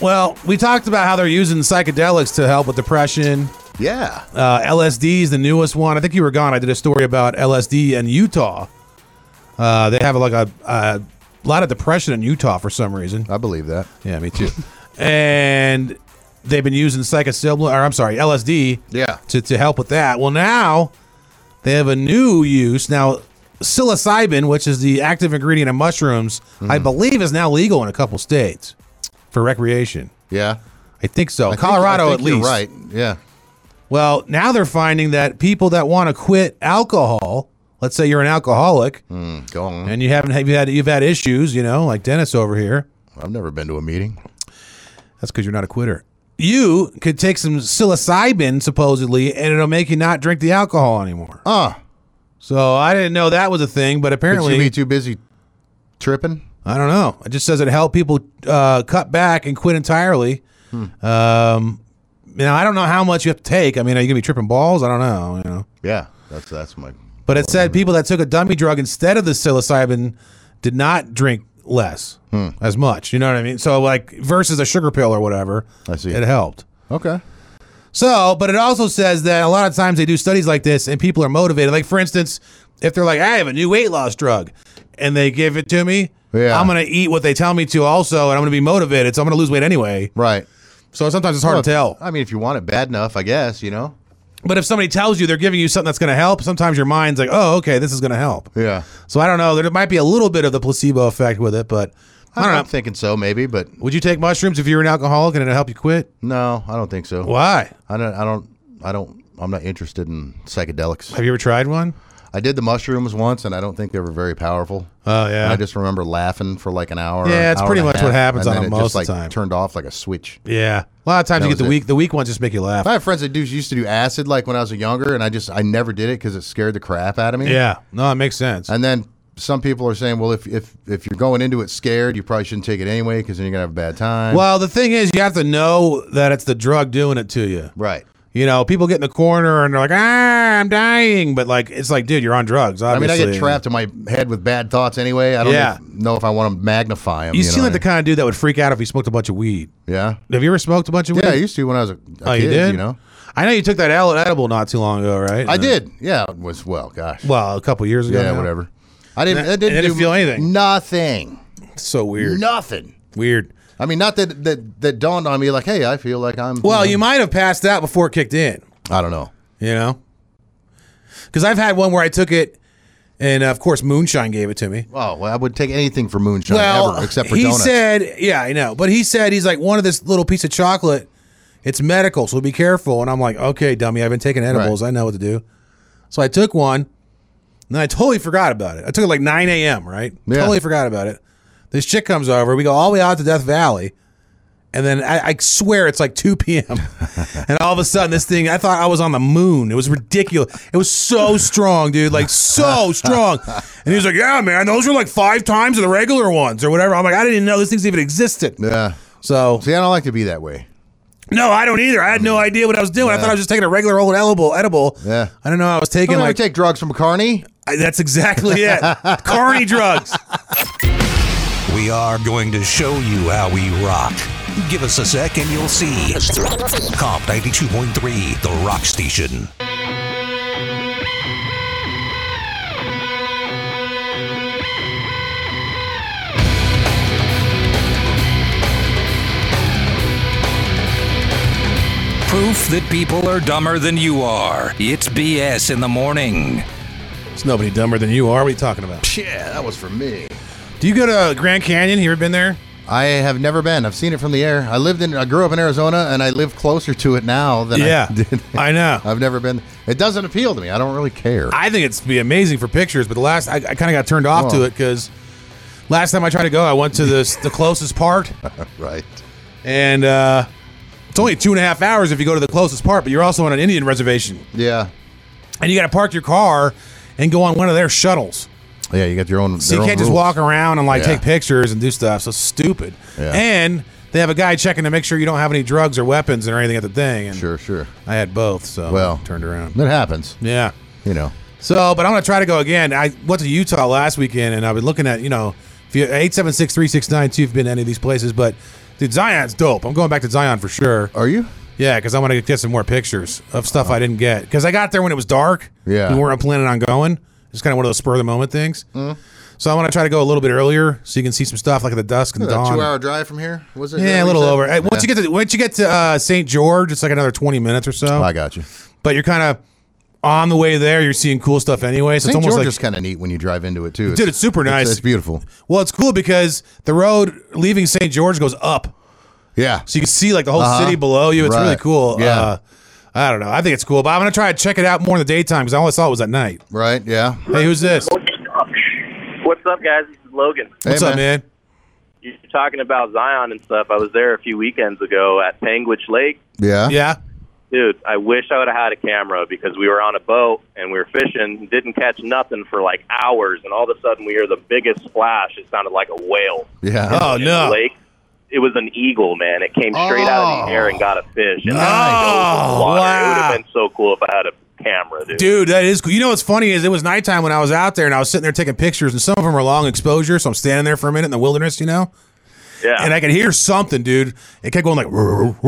Speaker 5: Well, we talked about how they're using psychedelics to help with depression.
Speaker 6: Yeah.
Speaker 5: Uh, LSD is the newest one. I think you were gone. I did a story about LSD in Utah. Uh, they have like a, a lot of depression in Utah for some reason.
Speaker 6: I believe that.
Speaker 5: Yeah, me too. and they've been using psychostimul or I'm sorry, LSD.
Speaker 6: Yeah.
Speaker 5: To, to help with that. Well, now they have a new use now. Psilocybin, which is the active ingredient in mushrooms,
Speaker 6: Hmm.
Speaker 5: I believe is now legal in a couple states for recreation.
Speaker 6: Yeah.
Speaker 5: I think so.
Speaker 6: I think- I
Speaker 5: Colorado,
Speaker 6: think
Speaker 5: at
Speaker 6: you're
Speaker 5: least.
Speaker 6: Right. Yeah.
Speaker 5: Well, now they're finding that people that want to quit alcohol, let's say you're an alcoholic
Speaker 6: Mm, go on.
Speaker 5: and you haven't have you had you've had issues, you know, like Dennis over here.
Speaker 6: I've never been to a meeting.
Speaker 5: That's because you're not a quitter. You could take some psilocybin supposedly, and it'll make you not drink the alcohol anymore.
Speaker 6: Uh.
Speaker 5: So I didn't know that was a thing, but Ah, apparently
Speaker 6: Could you be too busy tripping?
Speaker 5: I don't know. It just says it helped people uh, cut back and quit entirely.
Speaker 6: Hmm.
Speaker 5: Um, now I don't know how much you have to take. I mean, are you gonna be tripping balls? I don't know. You know.
Speaker 6: Yeah. That's that's my.
Speaker 5: But it said people that took a dummy drug instead of the psilocybin did not drink less
Speaker 6: Hmm.
Speaker 5: as much. You know what I mean? So like versus a sugar pill or whatever.
Speaker 6: I see.
Speaker 5: It helped.
Speaker 6: Okay.
Speaker 5: So, but it also says that a lot of times they do studies like this and people are motivated. Like for instance, if they're like, I have a new weight loss drug and they give it to me,
Speaker 6: Yeah.
Speaker 5: I'm gonna eat what they tell me to also and I'm gonna be motivated, so I'm gonna lose weight anyway.
Speaker 6: Right.
Speaker 5: So sometimes it's hard to
Speaker 6: Well,
Speaker 5: tell.
Speaker 6: I mean, if you want it bad enough, I guess you know.
Speaker 5: But if somebody tells you they're giving you something that's gonna help, sometimes your mind's like, Oh, okay, this is gonna help.
Speaker 6: Yeah.
Speaker 5: So I don't know. There might be a little bit of the placebo effect with it, but I don't
Speaker 6: I'm
Speaker 5: know.
Speaker 6: thinking so, maybe, but
Speaker 5: Would you take mushrooms if you were an alcoholic and it help you quit?
Speaker 6: no, I don't think so.
Speaker 5: Why?
Speaker 6: I don't. I don't. I don't I'm not interested in psychedelics.
Speaker 5: Have you ever tried one?
Speaker 6: I did the mushrooms once, and I don't think they were very powerful.
Speaker 5: Oh, yeah.
Speaker 6: And I just remember laughing for like an hour.
Speaker 5: Yeah,
Speaker 6: it's
Speaker 5: it's pretty much what happens
Speaker 6: and
Speaker 5: on
Speaker 6: then
Speaker 5: them
Speaker 6: it
Speaker 5: most
Speaker 6: just,
Speaker 5: of
Speaker 6: like,
Speaker 5: the time.
Speaker 6: Turned off like a switch.
Speaker 5: Yeah, a lot of times
Speaker 6: That
Speaker 5: you get
Speaker 6: was
Speaker 5: the
Speaker 6: it.
Speaker 5: weak. The weak ones just make you laugh.
Speaker 6: I have friends that do used to do acid like when I was younger, and I just I never did it because it scared the crap out of me.
Speaker 5: Yeah, no, it makes sense.
Speaker 6: And then some people are saying, well, if if if you're going into it scared, you probably shouldn't take it anyway because then you're gonna have a bad time.
Speaker 5: Well, the thing is, you have to know that it's the drug doing it to you.
Speaker 6: Right.
Speaker 5: You know, people get in the corner and they're like, "Ah, I'm dying," but like, it's like, dude, you're on drugs.
Speaker 6: I mean,
Speaker 5: Obviously.
Speaker 6: I get trapped in my head with bad thoughts anyway. I don't
Speaker 5: Yeah.
Speaker 6: if- know if I want to magnify them.
Speaker 5: You, seem like the kind of dude that would freak out if he smoked a bunch of weed.
Speaker 6: Yeah.
Speaker 5: Have you ever smoked a bunch of weed?
Speaker 6: Yeah, I used to when I was a, a
Speaker 5: oh,
Speaker 6: kid.
Speaker 5: you did.
Speaker 6: know,
Speaker 5: I know you took that ed- edible not too long ago, right?
Speaker 6: I
Speaker 5: Uh,
Speaker 6: did. Yeah, it was well, gosh.
Speaker 5: Well, a couple years ago.
Speaker 6: Yeah,
Speaker 5: now.
Speaker 6: whatever. I didn't.
Speaker 5: And
Speaker 6: I didn't,
Speaker 5: it didn't
Speaker 6: do
Speaker 5: feel anything.
Speaker 6: Nothing.
Speaker 5: So weird.
Speaker 6: Nothing.
Speaker 5: Weird.
Speaker 6: I mean, not that that that dawned on me like, hey, I feel like I'm.
Speaker 5: Well, you might have passed out before it kicked in.
Speaker 6: I don't know.
Speaker 5: You know, because I've had one where I took it, and uh, of course, moonshine gave it to me.
Speaker 6: Oh, well, I would take anything for moonshine
Speaker 5: well,
Speaker 6: ever, except for
Speaker 5: he
Speaker 6: donuts.
Speaker 5: said, "Yeah, I know," but he said he's like one of this little piece of chocolate. It's medical, so be careful. And I'm like, okay, dummy, I've been taking edibles. I know what to do. So I took one, and I totally forgot about it. I took it like 9 a.m. Right?
Speaker 6: Yeah.
Speaker 5: Totally forgot about it. This chick comes over. We go all the way out to Death Valley, and then I, I swear it's like 2 p.m. and all of a sudden, this thing, I thought I was on the moon. It was ridiculous. It was so strong, dude. Like, so strong. And he was like, Yeah, man, those are like five times the regular ones or whatever. I'm like, I didn't even know these things even existed.
Speaker 6: yeah.
Speaker 5: So,
Speaker 6: See, I don't like to be that way.
Speaker 5: no, I don't either. I had no idea what I was doing. I
Speaker 6: Yeah.
Speaker 5: thought I was just taking a regular old edible. edible.
Speaker 6: Yeah.
Speaker 5: I don't know. I was
Speaker 6: Don't
Speaker 5: taking
Speaker 6: ever
Speaker 5: like,
Speaker 6: take drugs from Carney.
Speaker 5: I- that's exactly it. Carney drugs.
Speaker 1: We are going to show you how we rock. Give us a sec and you'll see. Comp 92.3, The Rock Station. Proof that people are dumber than you are. It's BS in the morning.
Speaker 5: It's nobody dumber than you are. What are you talking about?
Speaker 6: Yeah, that was for me.
Speaker 5: Do you go to Grand Canyon? You ever been there?
Speaker 6: I have never been. I've seen it from the air. I lived in. I grew up in Arizona, and I live closer to it now than
Speaker 5: Yeah,
Speaker 6: I did.
Speaker 5: I know.
Speaker 6: I've never been. It doesn't appeal to me. I don't really care.
Speaker 5: I think it's be amazing for pictures, but the last I, I kind of got turned off
Speaker 6: Oh.
Speaker 5: to it because last time I tried to go, I went to this the closest part,
Speaker 6: right.
Speaker 5: and uh, it's only two and a half hours if you go to the closest part. But you're also on an Indian reservation,
Speaker 6: Yeah.
Speaker 5: and you got to park your car and go on one of their shuttles,
Speaker 6: Yeah. You got your own.
Speaker 5: so
Speaker 6: their
Speaker 5: you
Speaker 6: own
Speaker 5: can't just
Speaker 6: rules.
Speaker 5: walk around and like
Speaker 6: Yeah.
Speaker 5: take pictures and do stuff. So it's stupid,
Speaker 6: Yeah.
Speaker 5: and they have a guy checking to make sure you don't have any drugs or weapons or anything at the thing. And
Speaker 6: Sure. Sure.
Speaker 5: I had both, so
Speaker 6: Well.
Speaker 5: turned around.
Speaker 6: That happens.
Speaker 5: Yeah.
Speaker 6: You know.
Speaker 5: So, but I'm gonna try to go again. I went to Utah last weekend, and I've been looking at you know, if you eight seven six three six nine two, if you've been to any of these places, but dude, Zion's dope. I'm going back to Zion for sure.
Speaker 6: Are you?
Speaker 5: Yeah, because I want to get some more pictures of stuff I didn't get because I got there when it was dark.
Speaker 6: Yeah.
Speaker 5: we weren't planning on going. It's kind of one of those spur of the moment things.
Speaker 6: Mm.
Speaker 5: So I want to try to go a little bit earlier so you can see some stuff like at the dusk and
Speaker 6: Is that a
Speaker 5: dawn.
Speaker 6: two-hour drive from here. Was it?
Speaker 5: yeah, a little
Speaker 6: You said?
Speaker 5: over. Hey, Once
Speaker 6: Yeah.
Speaker 5: you get to once you get to uh, St. George, it's like another twenty minutes or so.
Speaker 6: I got you.
Speaker 5: But you're kind of on the way there. You're seeing cool stuff anyway. So it's
Speaker 6: St.
Speaker 5: almost
Speaker 6: George
Speaker 5: like
Speaker 6: is kind of neat when you drive into it too.
Speaker 5: Dude, it's super nice.
Speaker 6: It's, beautiful.
Speaker 5: Well, it's cool because the road leaving St. George goes up,
Speaker 6: Yeah.
Speaker 5: so you can see like the whole
Speaker 6: Uh-huh.
Speaker 5: city below you. It's really
Speaker 6: Right.
Speaker 5: cool.
Speaker 6: Yeah.
Speaker 5: Uh, I don't know. I think it's cool, but I'm gonna try to check it out more in the daytime because I always thought it was at night.
Speaker 6: Right. Yeah.
Speaker 5: Hey, who's this?
Speaker 14: What's up, guys? This is Logan.
Speaker 5: What's up, man?
Speaker 14: You're talking about Zion and stuff. I was there a few weekends ago at Panguitch Lake.
Speaker 6: Yeah.
Speaker 5: Yeah.
Speaker 14: Dude, I wish I would have had a camera because we were on a boat and we were fishing, didn't catch nothing for like hours, and all of a sudden we hear the biggest splash. It sounded like a whale.
Speaker 6: Yeah.
Speaker 5: Oh
Speaker 14: in
Speaker 5: no.
Speaker 14: the lake. It was an eagle, man. It came straight out of the air and got a fish. And
Speaker 5: Nice.
Speaker 14: I
Speaker 5: Oh,
Speaker 14: dove in the water. It would
Speaker 5: wow.
Speaker 14: have been so cool if I had a camera, dude.
Speaker 5: Dude, that is cool. You know what's funny is it was nighttime when I was out there and I was sitting there taking pictures, and some of them are long exposure. So I'm standing there for a minute in the wilderness, you know,
Speaker 14: yeah.
Speaker 5: and I could hear something, dude. It kept going like, I don't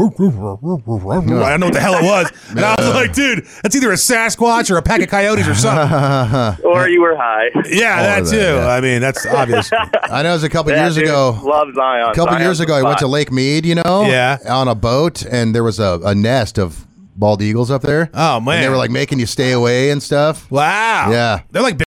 Speaker 5: know what the hell it was, and I was like, dude, that's either a Sasquatch or a pack of coyotes or something.
Speaker 6: I
Speaker 14: or you were high.
Speaker 5: Yeah,
Speaker 6: All
Speaker 5: that
Speaker 6: of that,
Speaker 5: too.
Speaker 6: yeah.
Speaker 5: I mean, that's obvious.
Speaker 6: know it was a couple
Speaker 14: Yeah,
Speaker 6: years
Speaker 14: dude,
Speaker 6: ago.
Speaker 14: Love Zion.
Speaker 6: A couple
Speaker 14: Zion's
Speaker 6: years ago, I
Speaker 14: the
Speaker 6: went to
Speaker 14: spot.
Speaker 6: Lake Mead, you know,
Speaker 5: Yeah.
Speaker 6: on a boat, and there was a, a nest of bald eagles up there.
Speaker 5: Oh
Speaker 6: And they
Speaker 5: man,
Speaker 6: were like making you stay away and stuff.
Speaker 5: wow.
Speaker 6: Yeah.
Speaker 5: they're like big